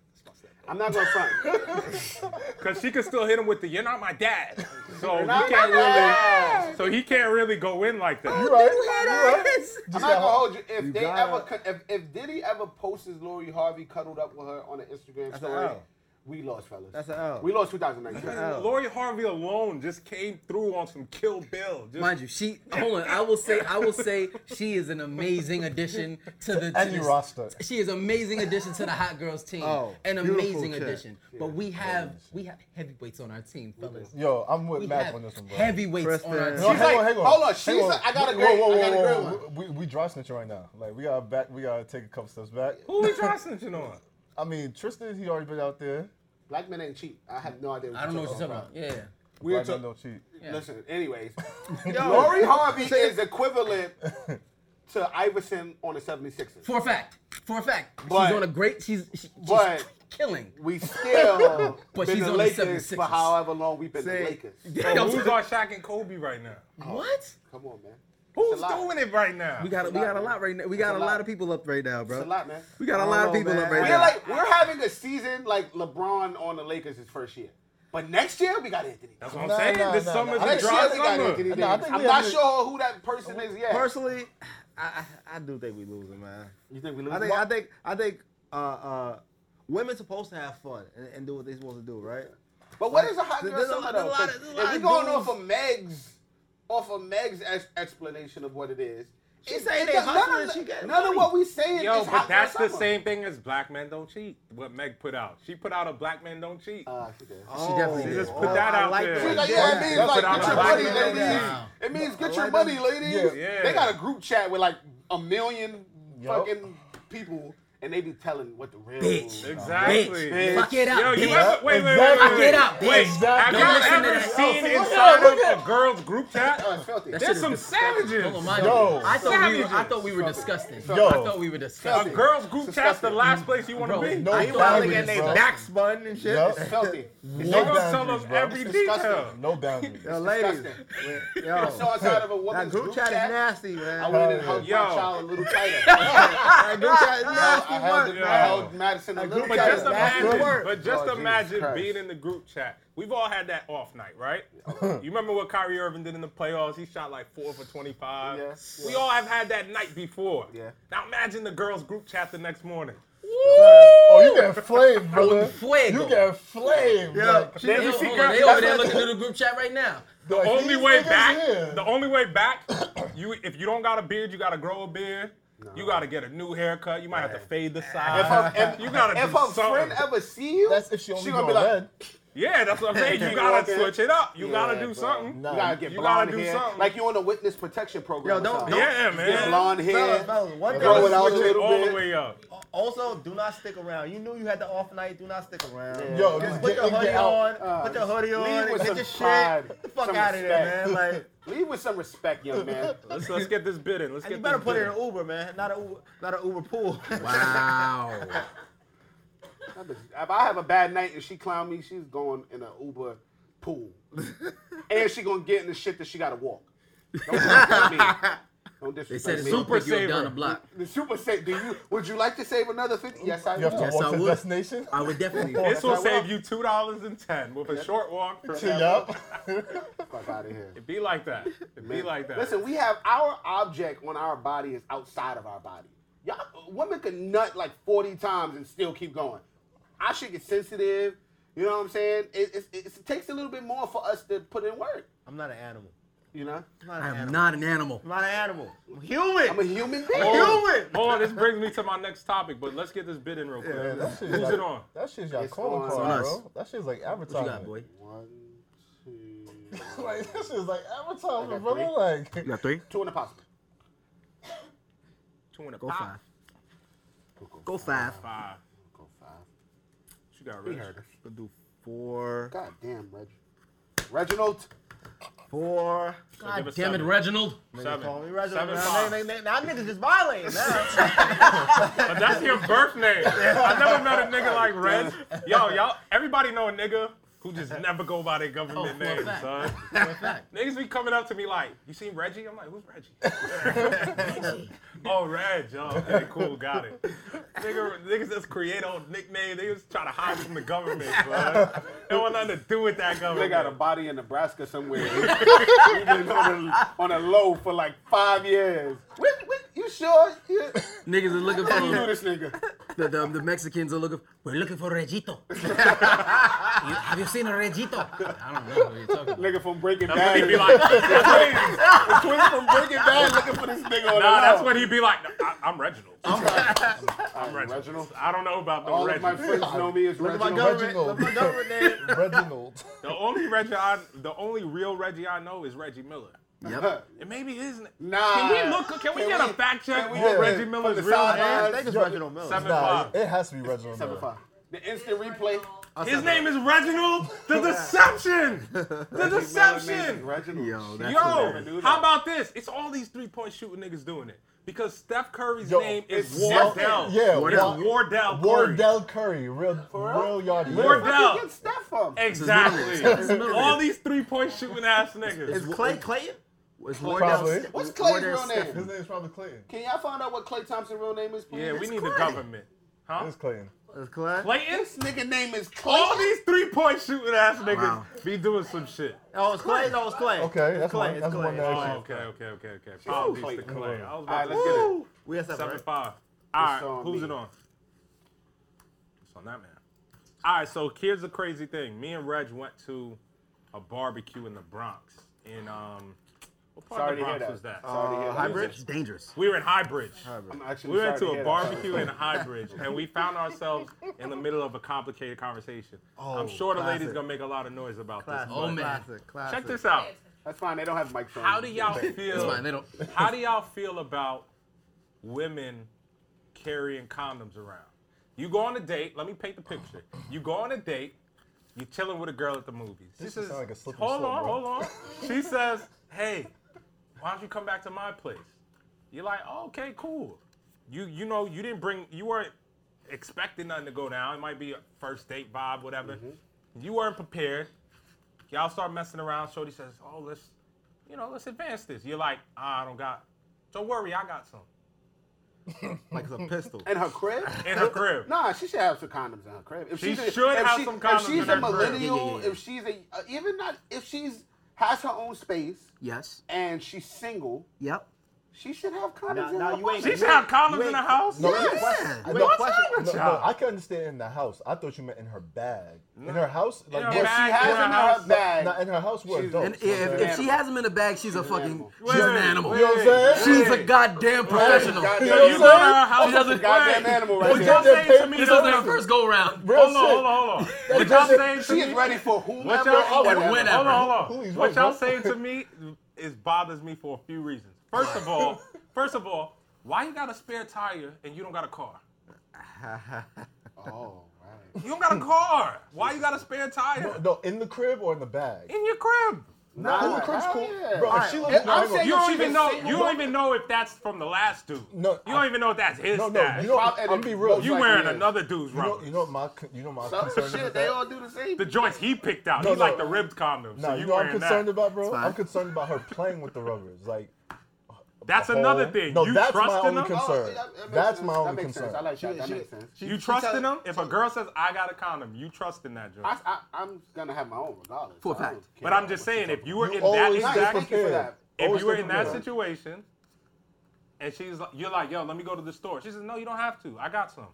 I'm not gonna front. because she can still hit him with the "You're not my dad," so he not can't my really, dad. so he can't really go in like that. You right? You right? I'm Just not gonna got- hold you. If You they got- ever, co- if, if Diddy ever posts his Lori Harvey cuddled up with her on an Instagram an story, L. We lost, fellas. That's a L. We lost 2019. Lori Harvey alone just came through on some Kill Bill. Just, Mind you, she hold on. I will say, I will say, she is an amazing addition to the to Any this- roster. She is an amazing addition to the hot girls team. Oh, an beautiful amazing chick. addition. But we have we have heavyweights on our team, fellas. Yo, I'm with We Mac have on this one, bro. heavyweights on our Kristen. team. No, hang like- on, hang on. hold on, she's Hang like- I got a Whoa, great- whoa, I whoa, got a whoa, great whoa. We, we dry snitching right now. Like we gotta back, we gotta take a couple steps back. who we dry snitching on? I mean, Tristan, he already been out there. Black men ain't cheap. I have no idea. I don't know what you're talking about. Yeah. We We're Black talking men don't cheat. Listen, anyways, Lori Harvey is equivalent to Iverson on the 76ers. For a fact. For a fact. But- she's on a great she's she, she's but- killing. We still But been she's the on the Lakers for 76ers. however long we've been Say- the Lakers. Yo, who's our Shaq and Kobe right now? What? Come on, man. Who's It's a lot. doing it right now? We got a, we got a lot right now. We got a lot. lot of people up right now, bro. It's a lot, man. We got a lot of don't know, people up man. right We're now. like we're having a season like LeBron on the Lakers his first year, but next year we got Anthony. That's what I'm Nah, saying. nah, this nah, summer's nah. a Next year dry we got Anthony. summer. Nah, I Davis. think I'm we not have to- sure who that person is yet. Personally, I, I I do think we losing, man. you think we lose? I think I think I think uh, uh, women supposed to have fun and, and do what they supposed to do, right? But what is a hot There's girl a- summer there's a though? lot of- 'Cause there's a if lot we of going dudes- off of Meg's, off of Meg's ex- explanation of what it is, She it- say it they does- none hustling, of, she getting none of money. what we saying Yo, is but hot that's girl the summer. same thing as black men don't cheat. What Meg put out. She put out a black men don't cheat. Uh, she did. she definitely just did. put that I out like there. that. She's She's like, like, yeah, it means That's what like I get your like. money, Yeah. ladies. Yeah. It means get I your like money, that. ladies. Yeah. They got a group chat with like a million Yup. fucking people, and they be telling what the real Bitch. rules are. Exactly. Bitch. Fuck it up, Yo, you bitch. ever, wait, wait, wait, Exactly. wait, wait. Get out, bitch. Wait, Exactly. have Don't y'all listen ever to that. seen Yo, inside look at- of a girl's group chat? Oh, it's filthy. That shit There's is some disgusting. Hold on, savages. mind Yo. you. I thought we were I Savages. thought we were disgusting. Yo. I thought we were A disgusting. girl's group chat's the Disgusting. last place you want to Bro, be. No I Are you out thought we boundaries, were getting their bro. disgusting. back spun and shit? Yup. It's filthy. They're No gonna tell boundaries, them bro. every disgusting. detail. No boundaries. Yo, ladies, we- yo, So inside of a that woman's group chat is nasty, I man. went and hugged Yo. my child a little tighter. That group chat is I, nasty. I held, Yo. I held Madison a That little group But chat is tighter. just That's imagine, good work. but just Oh, Jesus imagine Christ. being in the group chat. We've all had that off night, right? you remember what Kyrie Irving did in the playoffs? He shot like four for 25. Yeah, We yeah. all have had that night before. Yeah. Now imagine the girls' group chat the next morning. Oh, you get flamed, brother. Fuego. You get flamed. Yo, like, she- They, You see, hold girl, on, they that's over there what- looking through the group chat right now. The Like, only these way niggas back, here. the only way back, you if you don't got a beard, you gotta grow a beard. You gotta get a new haircut. You might have to fade the If her, side. if, you gotta if do her something. friend ever see you, that's if she only she she gonna going be like, red. yeah, that's what I'm saying. You gotta walking. switch it up. You gotta Yeah, do bro. something. Nah. you gotta get You gotta blonde do hair. something. Like you on the witness protection program. Yo, or don't- something. don't- Yeah, Get man. blonde hair. Fellas, fellas, one Grow Gotta it out a switch it little all bit. the way up. Also, do not stick around. You knew you had the off night. Do not stick around. Yo, just just put get your in, hoodie get out. on. put your hoodie on. leave and with Get some your shit. pride, Get the fuck some out of there, respect. man. Like, Leave with some respect, young man. Let's let's get this bid in. Let's and get you better this put bid it in an Uber, man. Not an Uber, not an Uber pool. Wow. That bitch- if I have a bad night and she clown me, she's going in an Uber pool, and she gonna get in the shit that she gotta walk. Don't disrespect me. Don't They disrespect me. said it's super Super you up down saver. the block. The super safe. Do you? Would you like to save another fifty? Yes, I You have to would. Yes, walk I to would. destination. I would definitely. This will That's how I save walk. you two dollars and ten with a short walk. From Yup. Fuck out of here. It be like that. It be like that. Listen, we have our object on our body is outside of our body. Y'all, women can nut like forty times and still keep going. I should get sensitive. You know what I'm saying? It, it, it, takes a little bit more for us to put in work. I'm not an animal. You know, I'm not an I am animal. not an animal. I'm not an animal. I'm human. I'm a Oh. human being. human. Hold on, this brings me to my next topic, but let's get this bid in real quick. Man, that shit's Who's like- it on? That shit's your It's calling on- card, it's on bro. us. That shit's like What you advertising. got, boy? One, two, Like this is like advertising, got brother. three. Like got three. two and a possible. Two and a Go pop. five. Go five. Five. Go five. She got He rid. heard us. We'll do four. God damn, Reg. Reginald. Four. give God us damn it, seven. Reginald. Call me Seven. Reginald. Seven Now, five. they- they- they- now niggas is violating. Now. But that's your birth name. I never met a nigga like Reg. Yo, y'all, everybody know a nigga who just never go by their Oh, government for a name, fact. son. For a fact. Niggas be coming up to me like, you seen Reggie? I'm like, who's Reggie? oh, Reg. Oh, okay, cool, got it. Nigga, niggas just create a nickname. They just try to hide from the government, bro. They want nothing to do with that They government. got a body in Nebraska somewhere. We've been on a, on a low for like five years. What, what, you sure? You, Niggas is looking you knew Mm. for this nigga. the, the, the Mexicans are looking. We're looking for Regito. You- have you seen a Regito? I don't know what you're talking about. Nigga from Breaking That's what Bad. he'd be like. The twins from Breaking Bad looking for this nigga on the Nah, that's low. what he'd be like. "No, I, am Reginald. I'm, I'm Reginald. Reginald? I don't know about the All of Reginald. my friends know me as Look at my Reginald. Reginald. government. Look at my government name. Reginald. The only Reggie, I, the only real Reggie I know is Reggie Miller. Yep. It may be his name. Nah. Can we look? Can, we Can get a we- fact check can we what get- Reggie from Miller's the real sideline? name? I think it's Reginald Miller. Seven Nah, five. it has to be Reginald Miller. Five. The instant replay. His name is Reginald the Deception. The Deception. Reginald. Yo, Yo, how about this? It's all these three point shooting niggas doing it because Steph Curry's Yo, name is it's Wardell. Steph- yeah, it's Wardell. Wardell. Curry. Wardell Curry, real, real? real yardie. Wardell. Where you get Steph from? Exactly. all these three point shooting ass niggas. Is Clay Clayton? Was Probably. Wardell? What's Clay's Wardell real Stephen. His name? name is probably Clayton. Can y'all find out what Clay Thompson's real name is, please? Yeah, we This need the government. Huh? It's Clayton. Is Clay? Clayton? nigga name is Clay. All these three point shooting ass niggas Wow. be doing some shit. Oh, it's Clay. No, it's Clay. Okay, It's that's Clay. one- It's that's Clay. one It's that Oh, Clay. Actually. okay, okay, okay, okay. Apologies to Clay. I was All about right, to let's get it. We have seven. Seven right? five. All right, It's on who's me. it on? It's on that man. All right, so here's the crazy thing. Me and Reg went to a barbecue in the Bronx. In um, what part Sorry of the to Bronx hear that. Uh, was that? Sorry to hear that. High bridge. Dangerous. We were in High Bridge. I'm actually We went sorry to hear a that. barbecue in High Bridge, and we found ourselves in the middle of a complicated conversation. I'm sure the lady's classic. gonna make a lot of noise about Classic. this. but Classic. Classic. Oh, Check this out. That's fine. They don't have mics on. How do y'all feel? It's fine. They don't. How do y'all feel about women carrying condoms around? You go on a date. Let me paint the picture. You go on a date. You're chilling with a girl at the movies. She This says, is sound like a slippery "Hold slope, on, bro." hold on." She says, "Hey, why don't you come back to my place?" You're like, oh, "Okay, cool." You you know you didn't bring you weren't expecting nothing to go down. It might be a first date vibe, whatever. Mm-hmm. You weren't prepared. Y'all start messing around. Shorty says, "Oh, let's you know, let's advance this. You're like, ah, I don't got. Don't worry, I got some Like it's a pistol. In her crib? in her crib. Nah, she should have some condoms in her crib. If She she's a, should if have some condoms If she's in a her crib. millennial, Yeah, yeah, yeah. if she's a uh, even not if she's has her own space Yes. and she's single, Yep. she should have condoms Nah, in nah, her you ain't- pocket. She should have condoms in the house. No, Yes. question. Wait, no, what's question. wrong No, with no, y'all? I can understand in the house. I thought you meant in her bag. In her house? Like, her what- If she Back in has her them in house. her bag, Nah, in her house, we're She's- adults. And you know if, what I'm if saying? she has him in the bag, she's a fucking. She's an Wait, animal. You know what I'm saying? She's a goddamn professional. goddamn- So you go to her house. She doesn't- goddamn animal right What there. y'all saying to me? This though, was her first go round. Real Hold on, shit. hold on, hold on. What y'all just- saying to She is me? ready for What whomever. y'all, Oh, hold and on, whatever. hold whenever. on, hold Who on. is What what, y'all bro? saying to me is bothers me for a few reasons. First of all, first of all, why you got a spare tire and you don't got a car? Oh, right. You don't got a car. Why you got a spare tire No, in the crib or in the bag? in your crib? Nah, in the nah, crib's hell cool. yeah. Bro, if Alright, she I'm lives in saying You Yo, don't she even been know. single, You don't bro. even know if that's from the last dude. No, you don't I- even know if that's his. No, no, stash. you know, Prop edit I'm be real. You most You, like- wearing he is. another dude's know, rubber. you know my, con- you know my Some concern shit about they that. all do the same. The joints he picked out. No, He's no. like the ribbed condom. Nah, so you, you, know what wearing I'm concerned that. about, bro. fine. I'm concerned about her playing with the rubbers. Like That's the another whole- thing. No, you that's my trusting only him? concern. Oh, yeah, that- that makes That's sense. my That only makes sense. concern. I like that. That she- makes sense. You trusting him? If a girl says, I got a condom, you trusting that joint. I, I, I'm gonna have my own regardless. For a I fact. don't care But I'm about just what saying, you're if you were You in that always stay exact, thank you for prepared. that. if Always you were stay in that prepared. situation, and she's like, you're like, yo, let me go to the store. She says, no, you don't have to. I got some.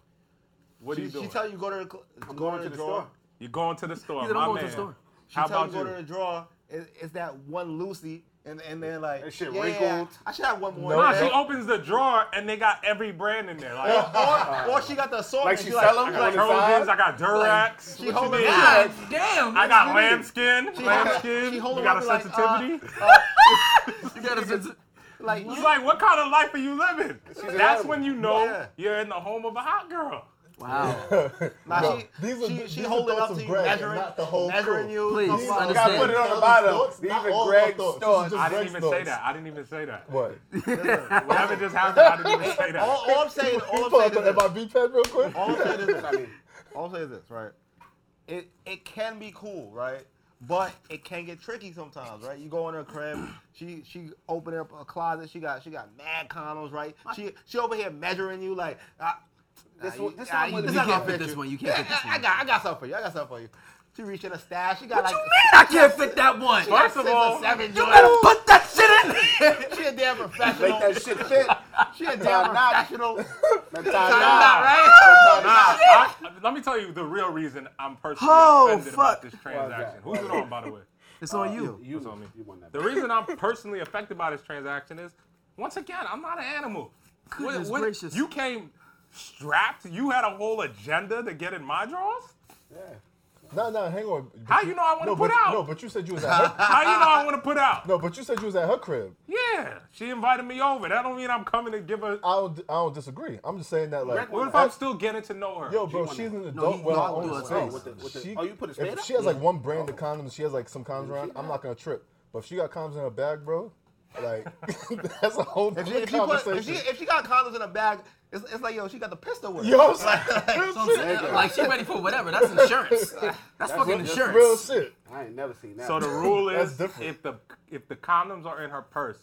What are She, you doing? she tell you go to the. cl- I'm go going to the store. you're going to the store, He said, my "I'm going man. to the store." How she tell about you go to the you? drawer. It, it's that one Lucy, and and then like That shit yeah, wrinkled. I should have one more. Nah, than she that. opens the drawer and they got every brand in there. Like, or, or she got the assortment. Like she she's sell 'em? she's I got Like Trojans, five? I got Durax. She What you holding need? out. Damn. I got lambskin. Lambskin. she You hold him got a up and like, uh, sensitivity. You got a sense. Like It's like, what kind of life are you living? an That's animal. when you know Yeah. you're in the home of a hot girl. wow. Nah, Bro, she, these are she, the- she these are holding thoughts up of to you, Greg and measuring, not the whole measuring crew. you. Please, Oh, fuck. You gotta understand. put it on the Fellas bottom. thoughts, These not are all Greg's thoughts. This is thoughts. just- I didn't Greg's even say thoughts. that. I didn't even say that. What? Whatever just happened, I didn't even say that. all, all I'm saying, all You I'm pull saying out is the this. MIB pen real quick. All I'm saying is this. I mean, All I'm saying is this, right? It it can be cool, right? But it can get tricky sometimes, right? You go in her crib, she she opening up a closet, she got she got mad condoms, right? She she over here measuring you like, ah, This nah, one- you- this nah, one you- with- this you not can't gonna fit fit this you. one, you can't fit Yeah, this I, I got I got something for you. I got something for you. She reach in a stash, she got like I can't fit that one. First of all, seven You better joints. put that shit in. she a damn professional. make that shit fit. she a damn Nah, nah. professional. Nah, Nah, nah, nah, nah. right? let me tell you the real reason I'm personally Oh, offended about fuck. this transaction. Who's it on, by the way? It's on you. You, It's on me. you won that. The reason I'm personally affected by this transaction is, once again, I'm not an animal. What- Goodness what- gracious. You came strapped. You had a whole agenda to get in my drawers. No, no, hang on. How you know I want to No, put but out? no, but you said you was at her. How you know I want to put out? No, but you said you was at her crib. Yeah, she invited me over. That don't mean I'm coming to give her. I don't, I don't disagree. I'm just saying that like. What if I'm still getting to know her? Yo, bro, G1 she's an that. adult he- with no, her I would do own it. space. Oh, with the- with the- She- oh, you put a spade If up? Oh. she has like one brand of condoms, she has like some condoms around. I'm not gonna trip. But if she got condoms in her bag, bro, like that's a whole If she, nother if, she put, if, she, conversation. if she got condoms in a bag, it's, it's like, yo, she got the pistol with her. Yo, I'm saying, So I'm saying, like she ready for whatever. That's insurance. That's, fucking insurance. real shit. I ain't never seen that. So the rule That's is, different. if the if the condoms are in her purse,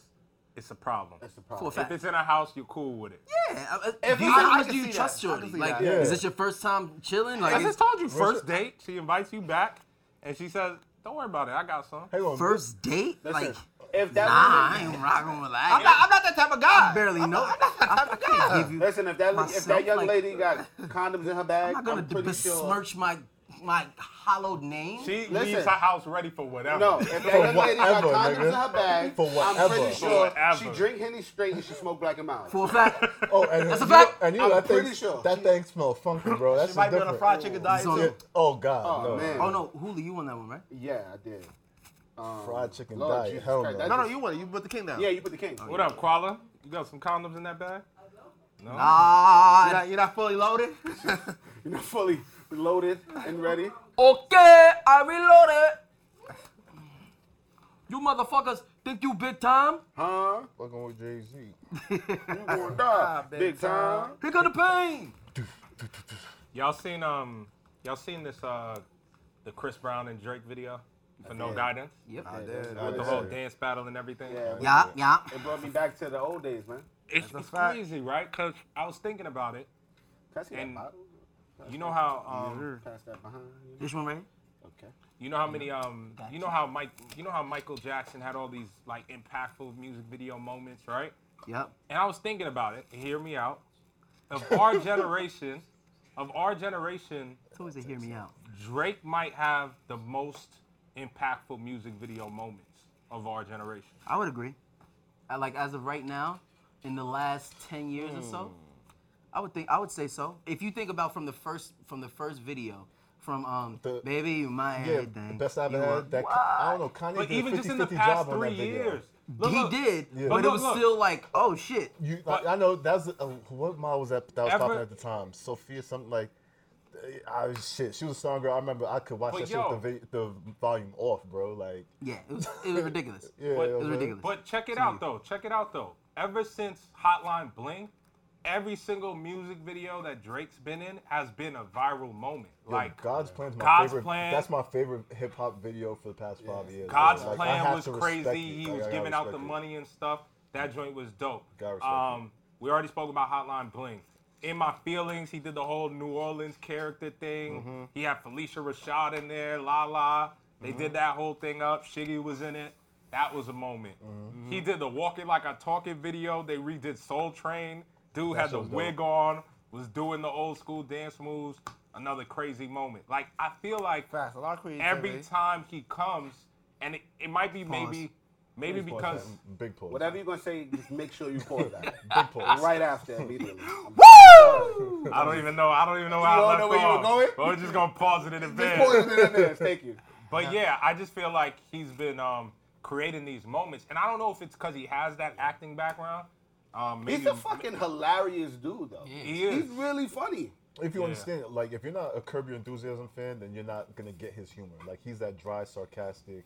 it's a problem. That's the For a problem. If fact. it's in her house, you're cool with it. Yeah. I- I- If do I- you, I how much can do you see trust that. I can Shorty? see Like, that. Yeah. is this your first time chilling? Like, I just it's told you, first date, she invites you back, and she says, "Don't worry about it, I got some." Hang on, first date? Like, If nah, that I woman, ain't rocking with that. I'm not, I'm not that type of guy. I barely know. I, I can't give you. listen, if that if Myself, that young like- lady got condoms in her bag, I'm not gonna I'm pretty sure. besmirch my my hollowed name. She leaves Listen. her house ready for whatever. No, if that young lady got whatever, condoms in nigga. her bag, For I'm whatever. pretty sure she Whatever. drink Henny straight and she smoke black and mild. for a fact. Oh, and That's you a know- fact. And you I'm know, that pretty thing, sure. that thing smell funky, bro. That's She just might be on different. a fried chicken diet, So- too. Yeah. Oh God, Oh no. man. Oh no, Hulu, you on that one, right? Yeah, I did. Um, Fried chicken Lord diet, Jesus hell Christ, no. that No, no, just- you want it. You put the king down. Yeah, you put the Oh, king. What up, Koala? You got some condoms in that bag? No. You're Ah, not, you're not fully loaded? You're not fully loaded and ready. okay, I reloaded. You motherfuckers think you big time? Huh? Fucking with Jay Z. You gonna Ah, die. Big time. Pick up the pain. Y'all seen um, y'all seen this uh, the Chris Brown and Drake video for No Guidance Yep. Ah, with the whole dance battle and everything. Yeah, but Yeah, yeah. it brought me back to the old days, man. It's, it's crazy, right? Cause I was thinking about it. Can I see And- that bottle? You know how um, Pass that behind. you. This one right? here? Okay. you know how many um, you know how Mike, you know how Michael Jackson had all these like impactful music video moments, right? Yep. and I was thinking about it. Hear me out. Of our generation, of our generation, It's always a hear me out. Drake might have the most impactful music video moments of our generation. I would agree. I, like as of right now, in the last ten years or Hmm. so, I would think I would say so. If you think about from the first from the first video, from um, The- baby, you my Yeah, everything. the best I've you ever are- had. That I don't know. Kanye But did even a 50, just in the 50 past job on that three video. years, he did, but Yeah. But it look, was look. still like, oh shit. You, I, I know that's uh, what mom was at that was popping Ever- at the time. Sophia, something like, I was shit. She was a song girl. I remember I could watch But that shit with yo- the, vi- the volume off, bro. Like, Yeah, it was, it was ridiculous. yeah, But- It was man. ridiculous. But check it out though. Check it out though. Ever since Hotline Bling, every single music video that Drake's been in has been a viral moment. Yo, Like God's plan's my God's favorite. Plan- That's my favorite hip hop video for the past five years. God's bro. Like, I plan have was to respect it. crazy. He Like, I was gotta giving out the respect it. money and stuff. That joint was dope. Gotta respect Um, we already spoke about Hotline Bling. In my feelings, he did the whole New Orleans character thing. Mm-hmm. He had Felicia Rashad in there, La La. They Mm-hmm. did that whole thing up. Shiggy was in it. That was a moment. Mm-hmm. He did the walking like I talk it video. They redid Soul Train. Dude had shit the was dope. wig on, was doing the old school dance moves. Another crazy moment. Like I feel like Facts, a lot of creativity. eh? every time he comes, and it, it might be maybe, maybe Big pause, because man. big pause. Whatever you're gonna say, just make sure you pause that. Big pause. right after immediately. I don't even know. I don't even know how don't I left know where you were off. going? But we're just gonna pause it in Pause advance. it in there. Thank you. But yeah, I just feel like he's been um, creating these moments, and I don't know if it's because he has that acting background. Um, maybe He's a fucking hilarious dude, though. He is. He's really funny. If you Yeah. understand, it, like, if you're not a Curb Your Enthusiasm fan, then you're not gonna get his humor. Like, he's that dry, sarcastic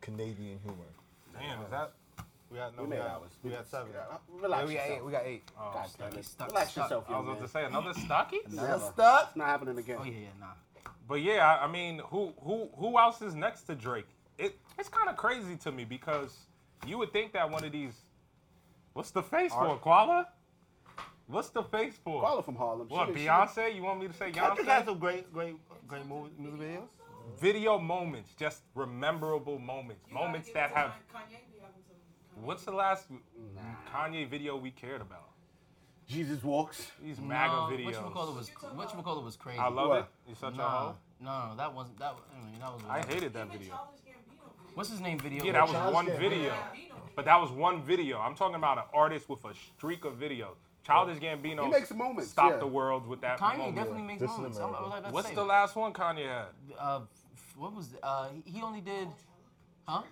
Canadian humor. Damn, is that? We got, no, We we made got, hours. Oh, we got seven. Uh, Yeah, Relax we got eight. yourself. We got eight. God damn it. Stuck, Relax stuck. yourself, I young was about man. to say another stocky. Just up. It's not happening again. Oh yeah, yeah, nah. But yeah, I, I mean, who who who else is next to Drake? It it's kind of crazy to me because you would think that one of these. What's the face for, Koala? What's the face for? Paula from Harlem. What She- she- Beyonce? You want me to say I think that's Beyonce? some great, great, great movie, music videos. Video moments, just rememberable moments, moments that have. What's the last Kanye video we cared about? Jesus walks. These MAGA no, videos. Whatchamacallit was whatchamacallit was crazy. I love What? it. You such a Nah, hoe. no, no, that wasn't that. was- I mean, that was. I hated that video. What's his name? Video. Yeah, that Childish was one Gambino. video. But that was one video. I'm talking about an artist with a streak of videos. Childish Gambino He makes moments, Stop yeah. the world with that. Kanye moment. definitely makes This is moments. I'm- I was like about to What's say, the last one Kanye had? Uh, f- what was uh? he- He only did, huh?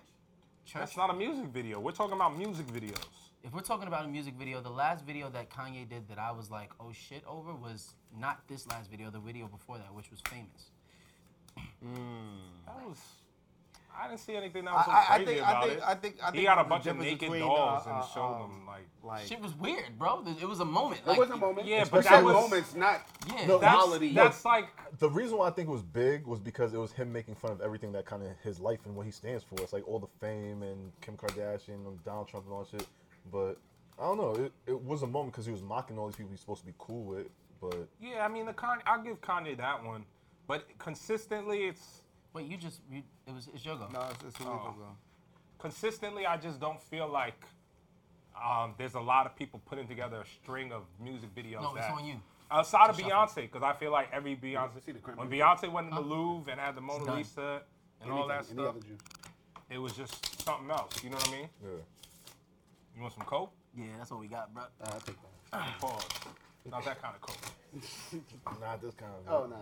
Church. That's not a music video. We're talking about music videos. if we're talking about a music video, the last video that Kanye did that I was like, oh shit, over was not this last video, the video before that, which was famous. That was. I didn't see anything that was so I, I crazy think, about I think, it. I think, I think. he got a the bunch of difference naked between, dolls uh, and uh, showed um, them like. Like, Shit was weird, bro. It was a moment. It was a moment. Yeah, but but that that was moments, not Yeah. the that's, quality. That's like The reason why I think it was big was because it was him making fun of everything that kind of his life and what he stands for. It's like all the fame and Kim Kardashian and Donald Trump and all that shit. But I don't know. It, it was a moment because he was mocking all these people he's supposed to be cool with. But yeah. I mean, the Kanye. I'll give Kanye that one, but consistently, it's Wait, you just you, it was it's Jogo. no, it's, it's illegal, bro. consistently. I just don't feel like um, there's a lot of people putting together a string of music videos. No, it's that- on you. Outside of Beyonce, because I feel like every Beyonce, see the crimp when video. Beyonce went in the Louvre and had the Mona done. Lisa and all that Anything, any stuff, other Jew. it was just something else. You know what I mean? yeah, You want some coke? Yeah, that's what we got, bro. Nah, I take that. Pause. Not that kind of coke. not this kind of. Oh, nah.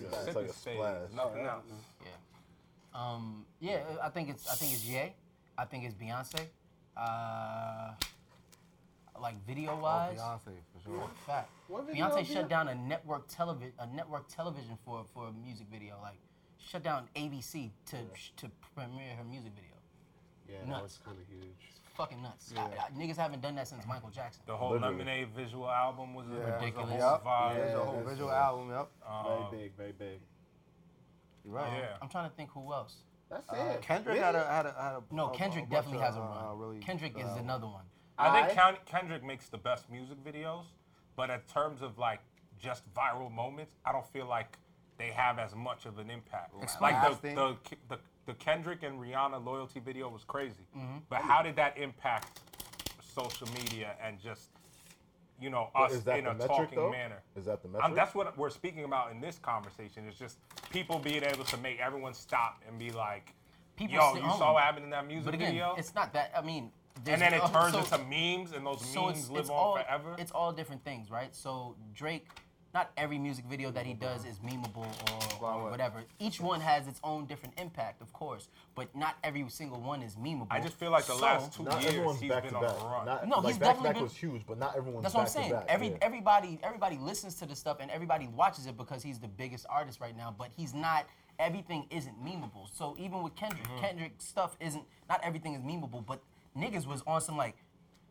Yeah, it's like a Sentence phase, splash. Nothing else. Yeah. Um, yeah, I think it's I think it's Ye. I think it's Beyonce. Uh, like video wise. Beyonce for sure. Fact. What video Beyonce is shut it? down a network television a network television for for a music video. Like shut down ABC to to premiere her music video. Yeah, Nuts. that was kind of huge. Fucking nuts. I- I- niggas haven't done that since Michael Jackson. The whole Lemonade visual album was a, was a whole Ridiculous. vibe. There's a Yeah, whole that's visual right. album, yep. uh, very big, very big. You're right. Yeah. I'm trying to think who else. That's Uh, it. Kendrick Yeah. had a, had a, had a No, Oh, a- a Kendrick bunch definitely of, has a uh, run. uh, really Kendrick good is albums. another one. I think Alright. Ken- Kendrick makes the best music videos, but in terms of like just viral moments, I don't feel like they have as much of an impact. Like the Explain. the, the the Kendrick and Rihanna loyalty video was crazy, Mm-hmm. but how did that impact social media and just you know us is that in the a metric, talking though? manner? Is that the Um, metric? that's what we're speaking about in this conversation. It's just people being able to make everyone stop and be like, People "Yo, sit you home. saw what happened in that music But again, video." it's not that. I mean, and then it Oh, there's- turns so- into memes, and those so memes it's, live it's on all, forever. It's all different things, right? So Drake, not every music video that he does is memeable or, or whatever. Each one has its own different impact, of course, but not every single one is memeable. I just feel like the So, last two Not years everyone's he's back been to on back. a run. Not, No, like he's back to definitely back been- was huge, but not everyone's That's back what I'm saying. to back. Every yeah. everybody everybody listens to this stuff and everybody watches it because he's the biggest artist right now. But he's not. Everything isn't memeable. So even with Kendrick, Mm-hmm. Kendrick's stuff isn't. Not everything is memeable. But niggas was on some like,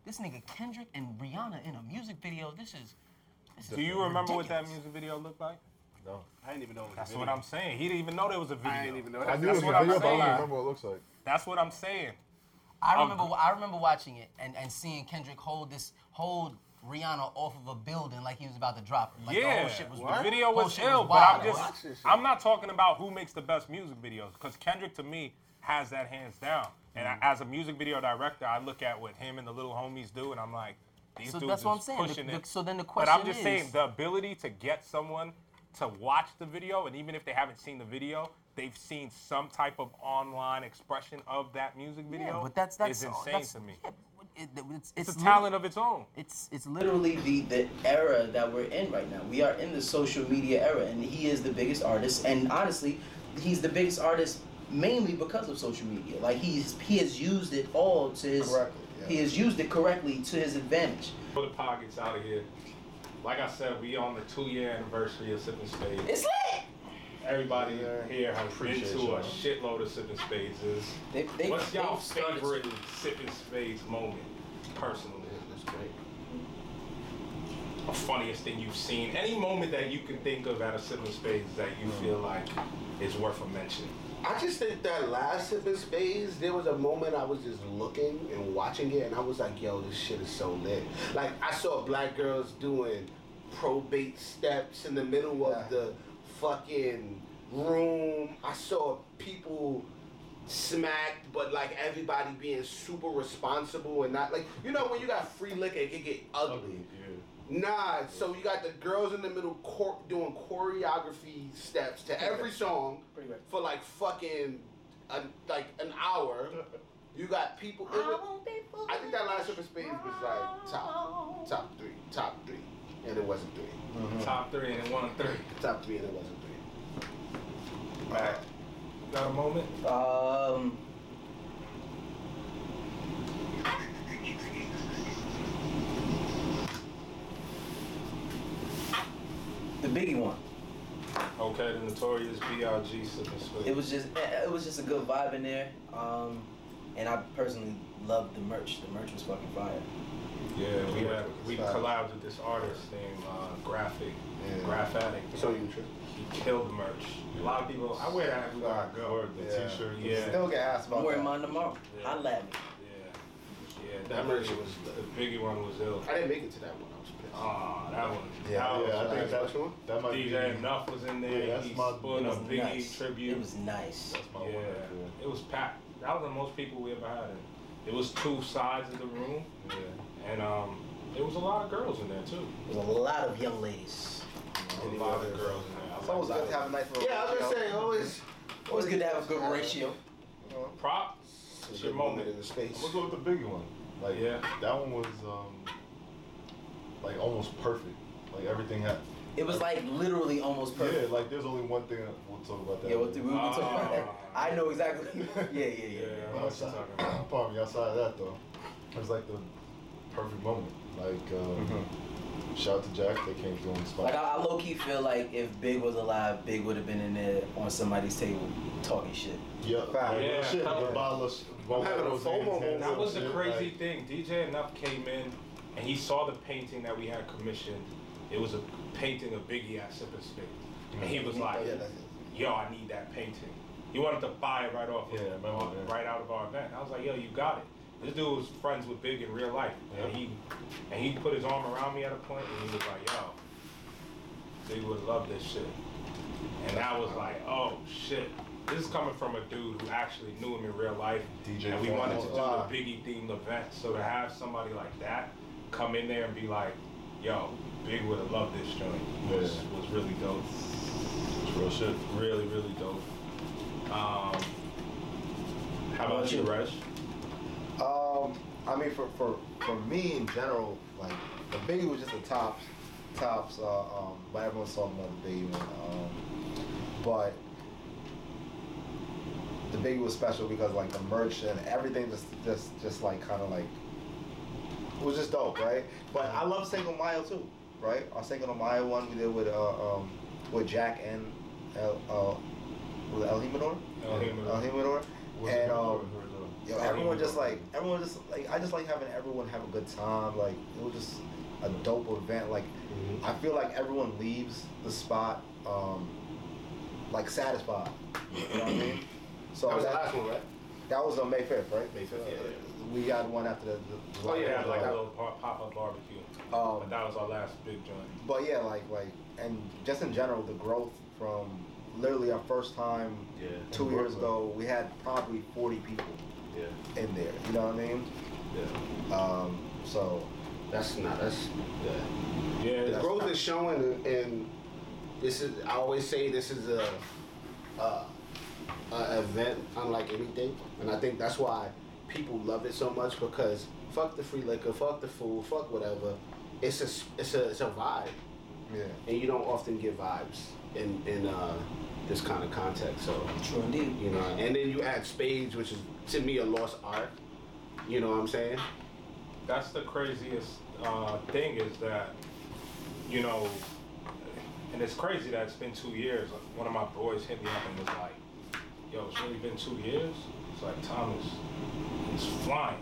this nigga Kendrick and Rihanna in a music video. This is. This is Do you remember what that ridiculous. music video looked like? No. I didn't even know. That's what I'm saying. He didn't even know there was a video. I didn't even know. I That's, knew it was that's a what I'm video, but I don't saying. remember what it looks like. That's what I'm saying. I Oh, remember I remember watching it and, and seeing Kendrick hold this hold Rihanna off of a building like he was about to drop. Like the yeah, whole shit was the video whole was shit ill, but wild. I'm Like, just, I'm not talking about who makes the best music videos because Kendrick to me has that hands down. And Mm. I, as a music video director, I look at what him and the little homies do, and I'm like, these So dudes that's what is I'm saying. The- pushing the- it. so then the but I'm question just is- saying the ability to get someone to watch the video, and even if they haven't seen the video, they've seen some type of online expression of that music video. yeah, but that's that's is insane that's- to me. yeah, but it- it's, It's a lit- talent of its own. It's it's literally the the era that we're in right now. We are in the social media era, and he is the biggest artist. And honestly, he's the biggest artist mainly because of social media. Like he's he has used it all to his Correctly, yeah. he has used it correctly to his advantage. Pull the pockets out of here. Like I said, we on the two-year anniversary of Sipping Spades. It's lit. Everybody here has been Appreciate to y'all. a shitload of sipping spades. They, they, What's they y'all favorite- favorite sipping spades moment, personally? The funniest thing you've seen, any moment that you can think of at a sipping spades that you feel like is worth a mention. I just think that last sip of space, there was a moment I was just looking and watching it, and I was like, "Yo, this shit is so lit!" Like I saw black girls doing probate steps in the middle of the fucking room. I saw people smacked, but like everybody being super responsible and not like you know when you got free liquor, it can get ugly. Nah, so you got the girls in the middle cor- doing choreography steps to every song for like fucking a, like an hour. You got people. It was, I think that last up in Spades was like top, top three, top three, and it wasn't three. Top three and one three. Top three, and it wasn't three. Back. Got a moment? Um. The Biggie one. Okay, the notorious B.I.G. Sipping Spades. It was just eh, it was just a good vibe in there. Um, and I personally loved the merch. The merch was fucking fire. Yeah, we had, we collabed with this artist named uh, Graphic, Graph Addict. So you true. He killed merch. A lot of people, I wear that everywhere I go. The t-shirt, yeah. Still get asked I'm about wearing that. mine tomorrow. Yeah. Holla at me. Yeah, yeah. That merch was the Biggie one was ill. I didn't make it to that one. I was pissed. Ah, that one. Yeah, that yeah, was I think crazy. that's one. That might be. DJ Enough was in there. Yeah, that's he my- spun It a was Biggie nice. tribute. It was nice. That's my yeah, one. right it was packed. That was the most people we ever had. It was two sides of the room, there. and um, there was a lot of girls in there too. It was a lot of young ladies. A lot of girls in there. I It's always like good to have a nice little. Yeah, I was gonna say always. Always good to have a good ratio. that. prop. It's your Good moment. in the space. I'm gonna go with the big one. Like Yeah. that one was um like almost perfect. Like everything happened. It was like literally almost perfect. Yeah, like there's only one thing we'll talk about that. Yeah, what the, we were talking Ah. about that. I know exactly. Yeah, yeah, yeah. Yeah, I know what you're talking about. Pardon me, outside of that though, it was like the perfect moment. Like um, Mm-hmm. shout out to Jack, they came through on the spot. Like I, I low key feel like if Big was alive, Big would have been in there on somebody's table talking shit. yeah, Fact. yeah, Yeah. shit, Yeah. the bottle of I'm having a FOMO moment. That was the crazy thing. DJ Enough came in and he saw the painting that we had commissioned. It was a painting of Biggie at Sippin' Spades. And he was like, Yeah, that's it. yo, I need that painting. He wanted to buy it right off, of- uh, Yeah, I remember that. right out of our event. I was like, yo, you got it. This dude was friends with Big in real life. And Yeah. he and he put his arm around me at a point and he was like, yo, Big would love this shit. And I was like, oh shit. This is coming from a dude who actually knew him in real life. DJ and we Funk. wanted to do the Wow. Biggie themed event. So to have somebody like that come in there and be like, yo, Big would have loved this joint was, Yeah. was really dope. It's real shit. Really, really dope. Um, how about you, Rush? Um, I mean, for, for for me in general, like the Biggie was just the tops, tops. Uh, um, but everyone's talking about the Biggie one. Um, but the Biggie was special because like the merch and everything just just just like kind of like it was just dope, right? But I love Single Mile too, right? Our Single Mile one we did with uh, um, with Jack and El, uh, was it El Himador. El Jimador. El Jimador. Was it And good um, or- or- Yo, everyone just like everyone just like I just like having everyone have a good time. Like it was just a dope event. Like Mm-hmm. I feel like everyone leaves the spot um like satisfied. You know what I mean? So That was the last one, right? that was on May fifth, right? May 5th, yeah, yeah. We got one after the. the Oh, yeah, the- like a little pop up barbecue. Um, but that was our last big joint. but yeah, like like and just in general, the growth from literally our first time Yeah. two years ago, we had probably forty people Yeah. in there. You know what I mean? Yeah. Um, so That's not. That's Yeah, the that's- growth is showing, and this is. I always say this is a, a, a event unlike anything, and I think that's why people love it so much because fuck the free liquor, fuck the food, fuck whatever. It's a it's a it's a vibe, yeah. and you don't often get vibes in in uh, this kind of context. So True indeed. you know, and then you add spades, which is to me a lost art. You know what I'm saying? that's the craziest uh, thing is that you know and it's crazy that it's been two years Like, one of my boys hit me up and was like yo it's really been two years it's like thomas it's flying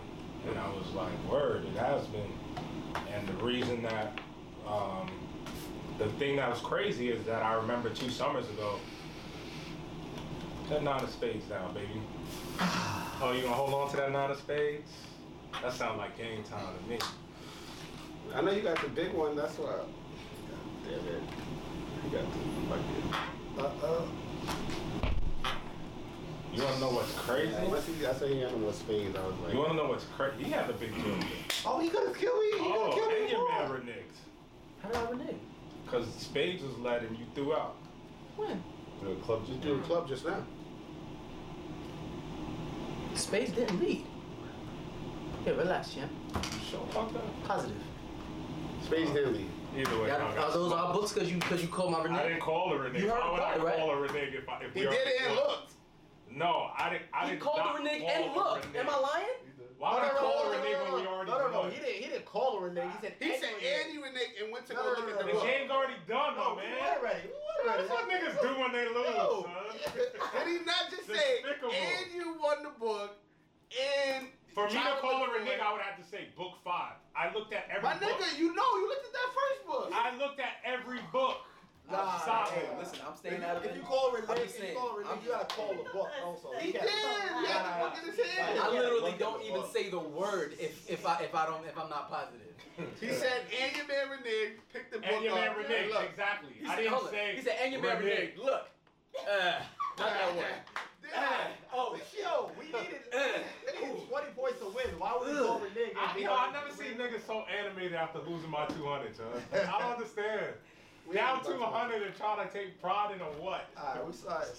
and i was like word it has been and the reason that um, the thing that was crazy is that i remember two summers ago that nine of spades down baby oh you gonna hold on to that nine of spades that sounds like game time to me I know you got the big one. That's why. God damn it! You got the fucking. Uh, uh, You want to know what's crazy? Once he, I saw he had was Spain, I was like, You want to know what's crazy? He had the big jump. Oh, he could have killed me. He could have Oh, killed me. and your before. man reneged. How did I renege? Because Spades was led and you threw out. When? the club just doing club just now. Spades didn't lead. Yeah, relax, champ. Show fuck up. Positive. Space Uh-huh. didn't leave. Either way, Yeah, I are got those fucked. all books because you because you called my I renege? didn't call her a renege. You heard Why would I about it, right? call her a renege if I if we He did already it and called- looked. No, I didn't. I He did called not her renege call and her looked. renege. Am I lying? Why would I No, no, call no, her no, renege no, when we no, already No, no, no. won? He didn't. He didn't call her renegade. Oh, He said. He said "Renegade." Andy Renegade and went to go No, no, look no, at no, the The no. book. game's already done, No, my we man. were ready. We were ready. That's what niggas do when they lose, No. son. Did he not just say, Despicable. and you won the book, and For me to Jonathan call her a Cohen- nigga, I would have to say book five. I looked at every My book. nigga, you know, you looked at that first book. I looked at every book. Nah, Solid. hey, listen. listen. I'm staying out of If you call her I'm renegade, just if you saying. call her renegade, you gotta call the book also. he You did. can't- He had the book in his hand. I I literally Yeah, don't look at even the say the word if if I if I don't if I'm not positive. He said, and your man reneged, picked the book And your up. man reneged, look. exactly. He I said, didn't hold up. say. He said, and your man reneged. Look. Uh, not that one. Ah, Yeah. Oh, yo, we needed we needed 20 points to win. Why would we go renegade? Eh. I, you know, I never seen niggas so animated after losing my 200, son. I don't understand. Down 200 and trying to take pride in a what? Alright, we saw it.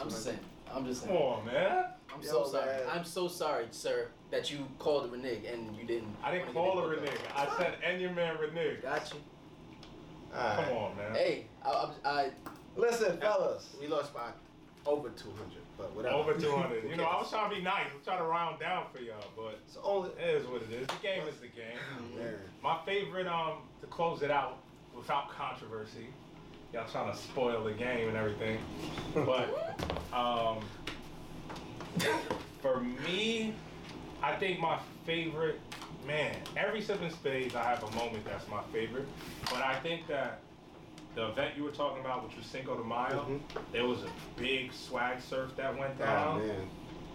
I'm just saying. I'm just Come saying. on, man. I'm so Yo, sorry. man. I'm so sorry, sir, that you called a renege and you didn't. I didn't wanna get call it her a booked up. nigga. I said, and your man reneged. Got you. Come on, man. Hey, I, I, I Listen, fellas. We lost by over 200, but whatever. Over 200. You know, I was trying to be nice. I'm trying to round down for y'all, but It's only it is what it is. The game is the game. Man. My favorite, um, to close it out without controversy. Y'all trying to spoil the game and everything, but um, for me, I think my favorite man. Every sip and spades, I have a moment that's my favorite, but I think that the event you were talking about, which was Cinco de Mayo, there was a big swag surf that went Mm-hmm. Oh, down. man.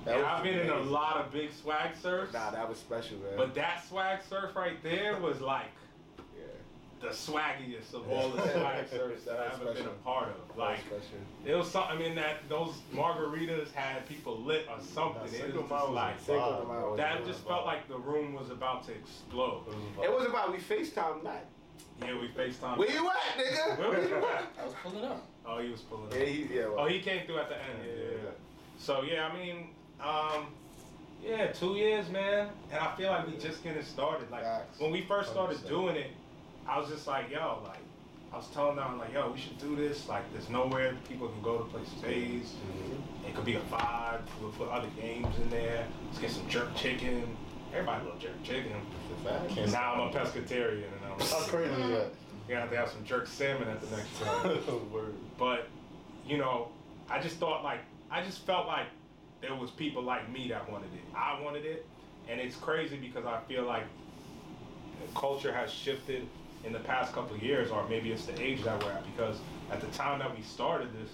That and was I've been in a amazing. lot of big swag surfs. Nah, that was special, man. But that swag surf right there was like the swaggiest of all the swag surfs that I've ever been a part of. Like special. it was something in that those margaritas had people lit or something. It was just like Cinco de Mayo was that doing just it. felt like the room was about to explode. It was about we FaceTime night. Yeah, we FaceTime. Where you at, nigga? Uh-huh. Where was you at? I was pulling up. Oh, he was pulling Yeah, up. he, yeah, well, Oh, he came through at the end. Yeah, yeah, yeah. So yeah, I mean, um, yeah, two years, man, and I feel like we just getting started. Like Facts. when we first started 100%. doing it, I was just like, yo, like I was telling them, like, yo, we should do this. Like, there's nowhere people can go to play spades. It could be a vibe. We'll put other games in there. Let's get some jerk chicken. Everybody love jerk chicken. And now I'm a pescatarian, and I'm How crazy is that? gonna have to have some jerk salmon at the next time. Word. But, you know, I just thought like I just felt like there was people like me that wanted it. I wanted it, and it's crazy because I feel like the culture has shifted in the past couple of years, or maybe it's the age that we're at. Because at the time that we started this,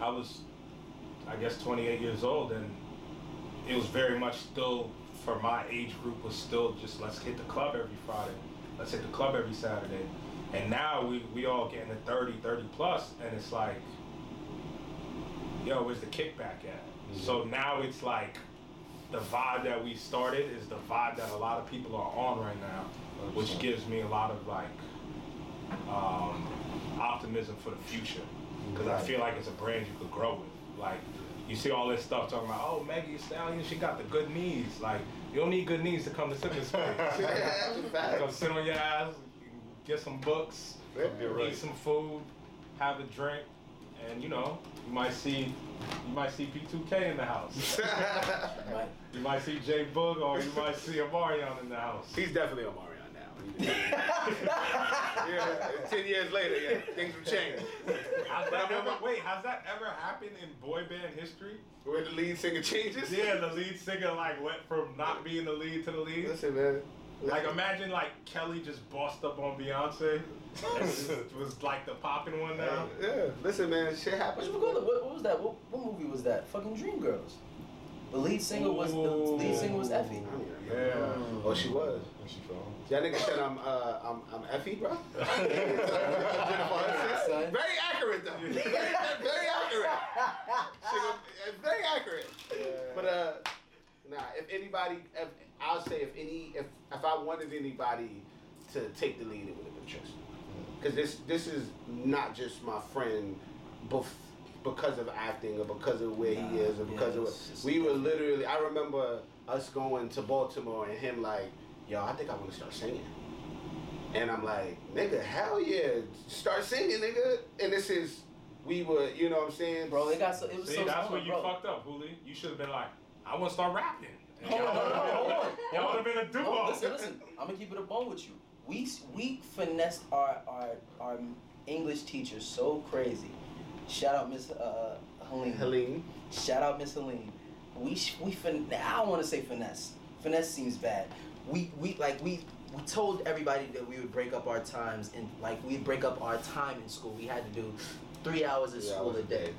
I was, I guess, 28 years old, and it was very much still for my age group was still just let's hit the club every Friday, let's hit the club every Saturday, and now we we all getting to 30, 30 plus, and it's like, yo, where's the kickback at? So now it's like the vibe that we started is the vibe that a lot of people are on right now, which gives me a lot of like um, optimism for the future because I feel like it's a brand you could grow with. Like you see all this stuff talking about, oh Maggie Thee Stallion, she got the good knees. Like you don't need good knees to come to Sippin' Space. That's a fact. Come sit on your ass, get some books, You're eat right. some food, have a drink, and you know you might see you might see P2K in the house. You might see Jay Boog or you might see Amarion in the house. He's definitely on Mario now. yeah, ten years later, yeah, things have changed. How's But that I'm- ever, wait, has that ever happened in boy band history? Where the lead singer changes. Yeah, the lead singer like went from not being the lead to the lead. Listen, man. Like imagine like Kelly just bossed up on Beyonce. and just was like the popping one now. Yeah, listen, man. Shit Which happens. we go to? What, what was that? What, what movie was that? Fucking Dreamgirls. The lead singer was the lead singer was Effie. Yeah. Oh, she was. That nigga said I'm uh I'm I'm Effie, bro. Very accurate though. Very accurate. She go- It's very accurate. But uh, nah. If anybody, if, I'll say if any, if if I wanted anybody to take the lead, it would have been Tristan. Mm. Because this this is not just my friend, bef- because of acting or because of where he is or because of it's just we were literally. I remember us going to Baltimore and him like, yo, I think I want to start singing. And I'm like, nigga, hell yeah, start singing, nigga. And this is, we were, you know what I'm saying, bro. It got so it was See, so that's small, where you bro. fucked up, Hooli. You should have been like, I want to start rapping. And Y'all Hold on, hold on, hold on. would have been a duo. No, Oh, listen, listen. I'm gonna keep it a bone with you. We we finessed our our our English teacher so crazy. Shout out Miss uh, Helene. Helene. Shout out Miss Helene. We sh- we fin- I don't want to say finesse. Finesse seems bad. We we like we we told everybody that we would break up our times and like we'd break up our time in school. We had to do three hours of Three school hours a a day. day.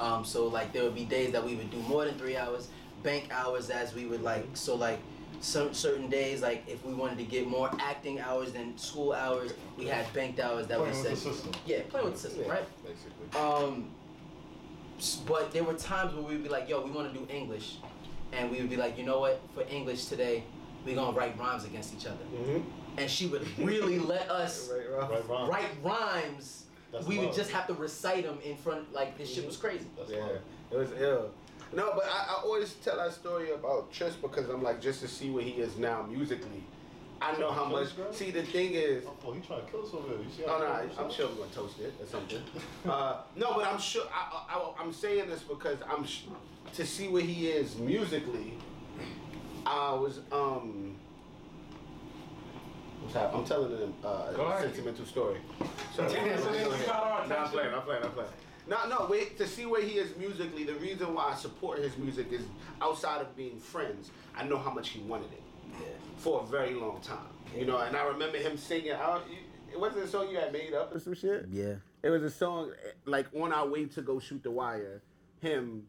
Um, so like there would be days that we would do more than three hours, bank hours as we would like. So like some certain days, like if we wanted to get more acting hours than school hours, we had banked hours that Playing we with the said. system. Yeah, playing with the system, right? Basically. Um, s- but there were times where we would be like, yo, we want to do English. And we would be like, you know what? For English today, we're going to write rhymes against each other. Mm-hmm. And she would really let us Right, Ron? write rhymes. That's we would love. just have to recite them in front. Like, this shit was crazy. That's Yeah, love. it was ill. No, but I, I always tell that story about Trish because I'm like, just to see where he is now musically. I know how much. See, the thing is, Oh, he trying to kill us over there. You see Oh how no, he I- I'm sure we're gonna toast it or something. Uh, no, but I'm sure I, I, I'm saying this because I'm sh- to see where he is musically. I was um. What's happening? I'm telling him uh, Go a ahead. sentimental story. So, so you got our no, I'm attention. playing. I'm playing. I'm playing. No, no. Wait to see where he is musically. The reason why I support his music is outside of being friends. I know how much he wanted it for a very long time. You know, and I remember him singing. I, don't- it wasn't a song you had made up or some shit. Yeah. It was a song eh, like on our way to go shoot the wire. Him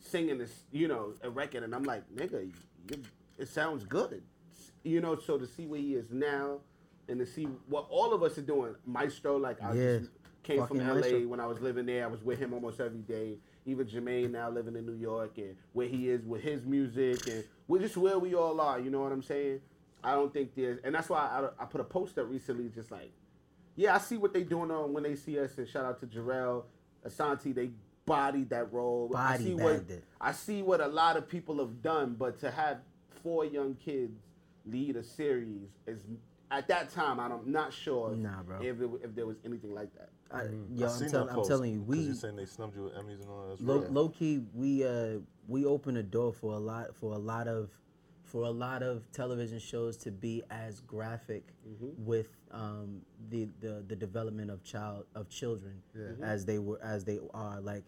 singing this, you know, a record, and I'm like, nigga, you, it sounds good. You know, so to see where he is now, and to see what all of us are doing, Maestro, like I Yeah. just came Fucking from LA Maestro. when I was living there. I was with him almost every day. Even Jermaine now living in New York and where he is with his music and we're just where we all are. You know what I'm saying? I don't think there's, and that's why I, I put a post up recently, just like, yeah, I see what they doing on when they see us. And shout out to Jarrell, Asante, they bodied that role. I see what Body-bagged it. I see what a lot of people have done, but to have four young kids lead a series is at that time I'm not sure Nah, bro. if it, if there was anything like that. I, I yo, seen I'm, that tell, I'm post, telling you, 'cause we you saying they snubbed you with Emmys and all that. That's low, real. low key we uh we open a door for a lot for a lot of for a lot of television shows to be as graphic with um, the, the the development of child of children as they were as they are like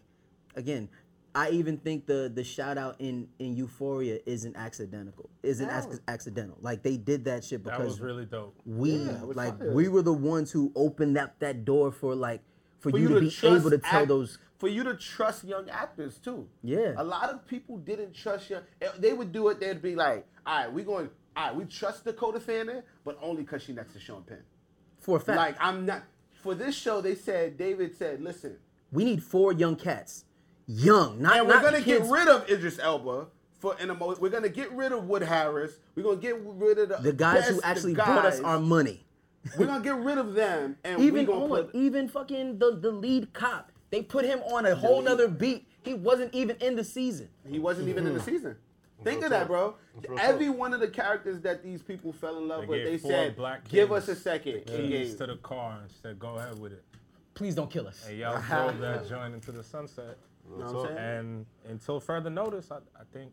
again I even think the the shout out in in Euphoria isn't accidental isn't ac- accidental like they did that shit because That was really dope. we like we were the ones who opened up that door for like for, you, to be trust able to tell act- those for you to trust young actors too. Yeah. a lot of people didn't trust young. eh, They would do it. They'd be like, "All right, we going. All right, we trust Dakota Fanning, but only because she next to Sean Penn." for a fact Like I'm not for this show. They said David said, "Listen, We need four young cats. Young, not and we're not gonna kids. get rid of Idris Elba." For in a moment, we're gonna get rid of Wood Harris. We're gonna get rid of the, the guys who best, the actually brought us guys. our money. we're gonna get rid of them, and we Even gonna on, put even fucking the, the lead cop. They put him on a whole nother beat. He wasn't even in the season. He wasn't even in the season. Think real of that, talk. bro. It's real Every one of the characters that these people fell in love They with, gave they four said, black "Give kids us a second. They Keys gave- to the car and said, go ahead with it. Please don't kill us. And y'all drove that joint into the sunset. You know what I'm saying? And until further notice, I, I think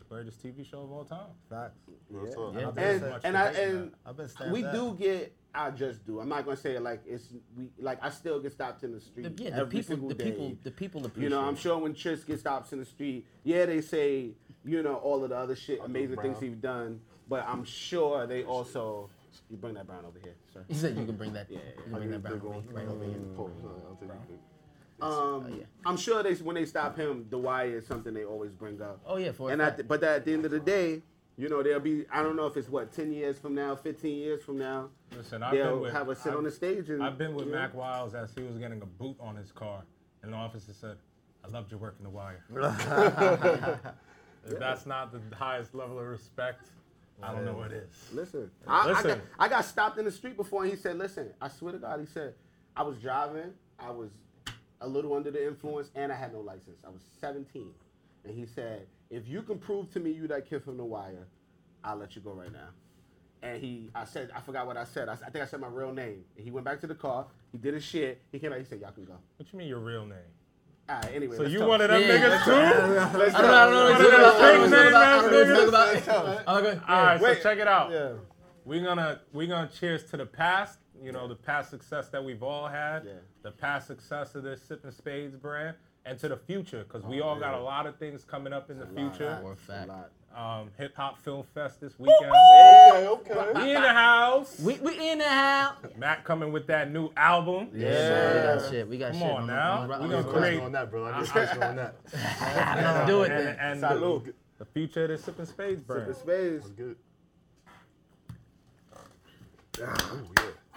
the greatest TV show of all time. Real talk. I don't think there's And, much and I debate in and that. I've been stabbed we at. do get. I just do. I'm not gonna say it like it's we like I still get stopped in the street. yeah, the every people- single the day. people- the people You know, I'm appreciate it. sure when Tris gets stopped in the street, yeah, they say you know all of the other shit, amazing Brown. things he's done, but I'm sure they also. You bring that brown over here, sir. He said you can bring that. you can I'll bring give you that the back. big one. Right over here. Mm. Pause. I'll take you big. Um, Oh, I'm sure they when they stop him, the wire is something they always bring up. Oh, yeah, for a and at fact. the, but at the end of the day, you know there'll be I don't know if it's what ten years from now, fifteen years from now, Listen, I've they'll been with, have us sit I've- on the stage and I've been with you know, Mac Wiles as he was getting a boot on his car, and the officer said, I loved your work in The Wire. if that's not the highest level of respect, I don't know what is. Listen, I, I, got, Listen. I got stopped in the street before, and he said, "Listen, I swear to God," he said, "I was driving, I was a little under the influence, and I had no license. I was 17." And he said, "If you can prove to me you that kid from the wire, I'll let you go right now." And he, I said, I forgot what I said. I, s- I think I said my real name. And he went back to the car. He did his shit. He came back. He said, "Y'all can go." What you mean your real name? All right. Anyway, So let's you toast. one of them Yeah. niggas too? I don't know. I don't know what One to do of about- I them don't know fake what name to do ass about- I don't know what to do about- I'm good. All right, Yeah. so check it out. We're gonna we're gonna cheers to the past. You know, the past success that we've all had, Yeah. the past success of this sipping spades brand, and to the future because we all got a lot of things coming up in the future. For a fact. Um, Hip Hop Film Fest this weekend. Yeah, okay. We in the house. We we in the house. Matt coming with that new album. Yeah. We got shit. We got Come shit. on now. I'm, We I'm, gonna I'm, create- on that, bro. I just touched on that. Let's do it And, then. and the, Salud. the future of the sipping spades brand. Space. That's good. Ah.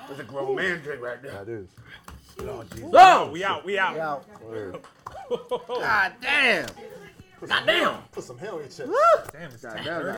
That's a grown man drink right there. That is. So Oh, we out. We out. Word. God damn. Put some hell in your chest. Damn, it's Damn,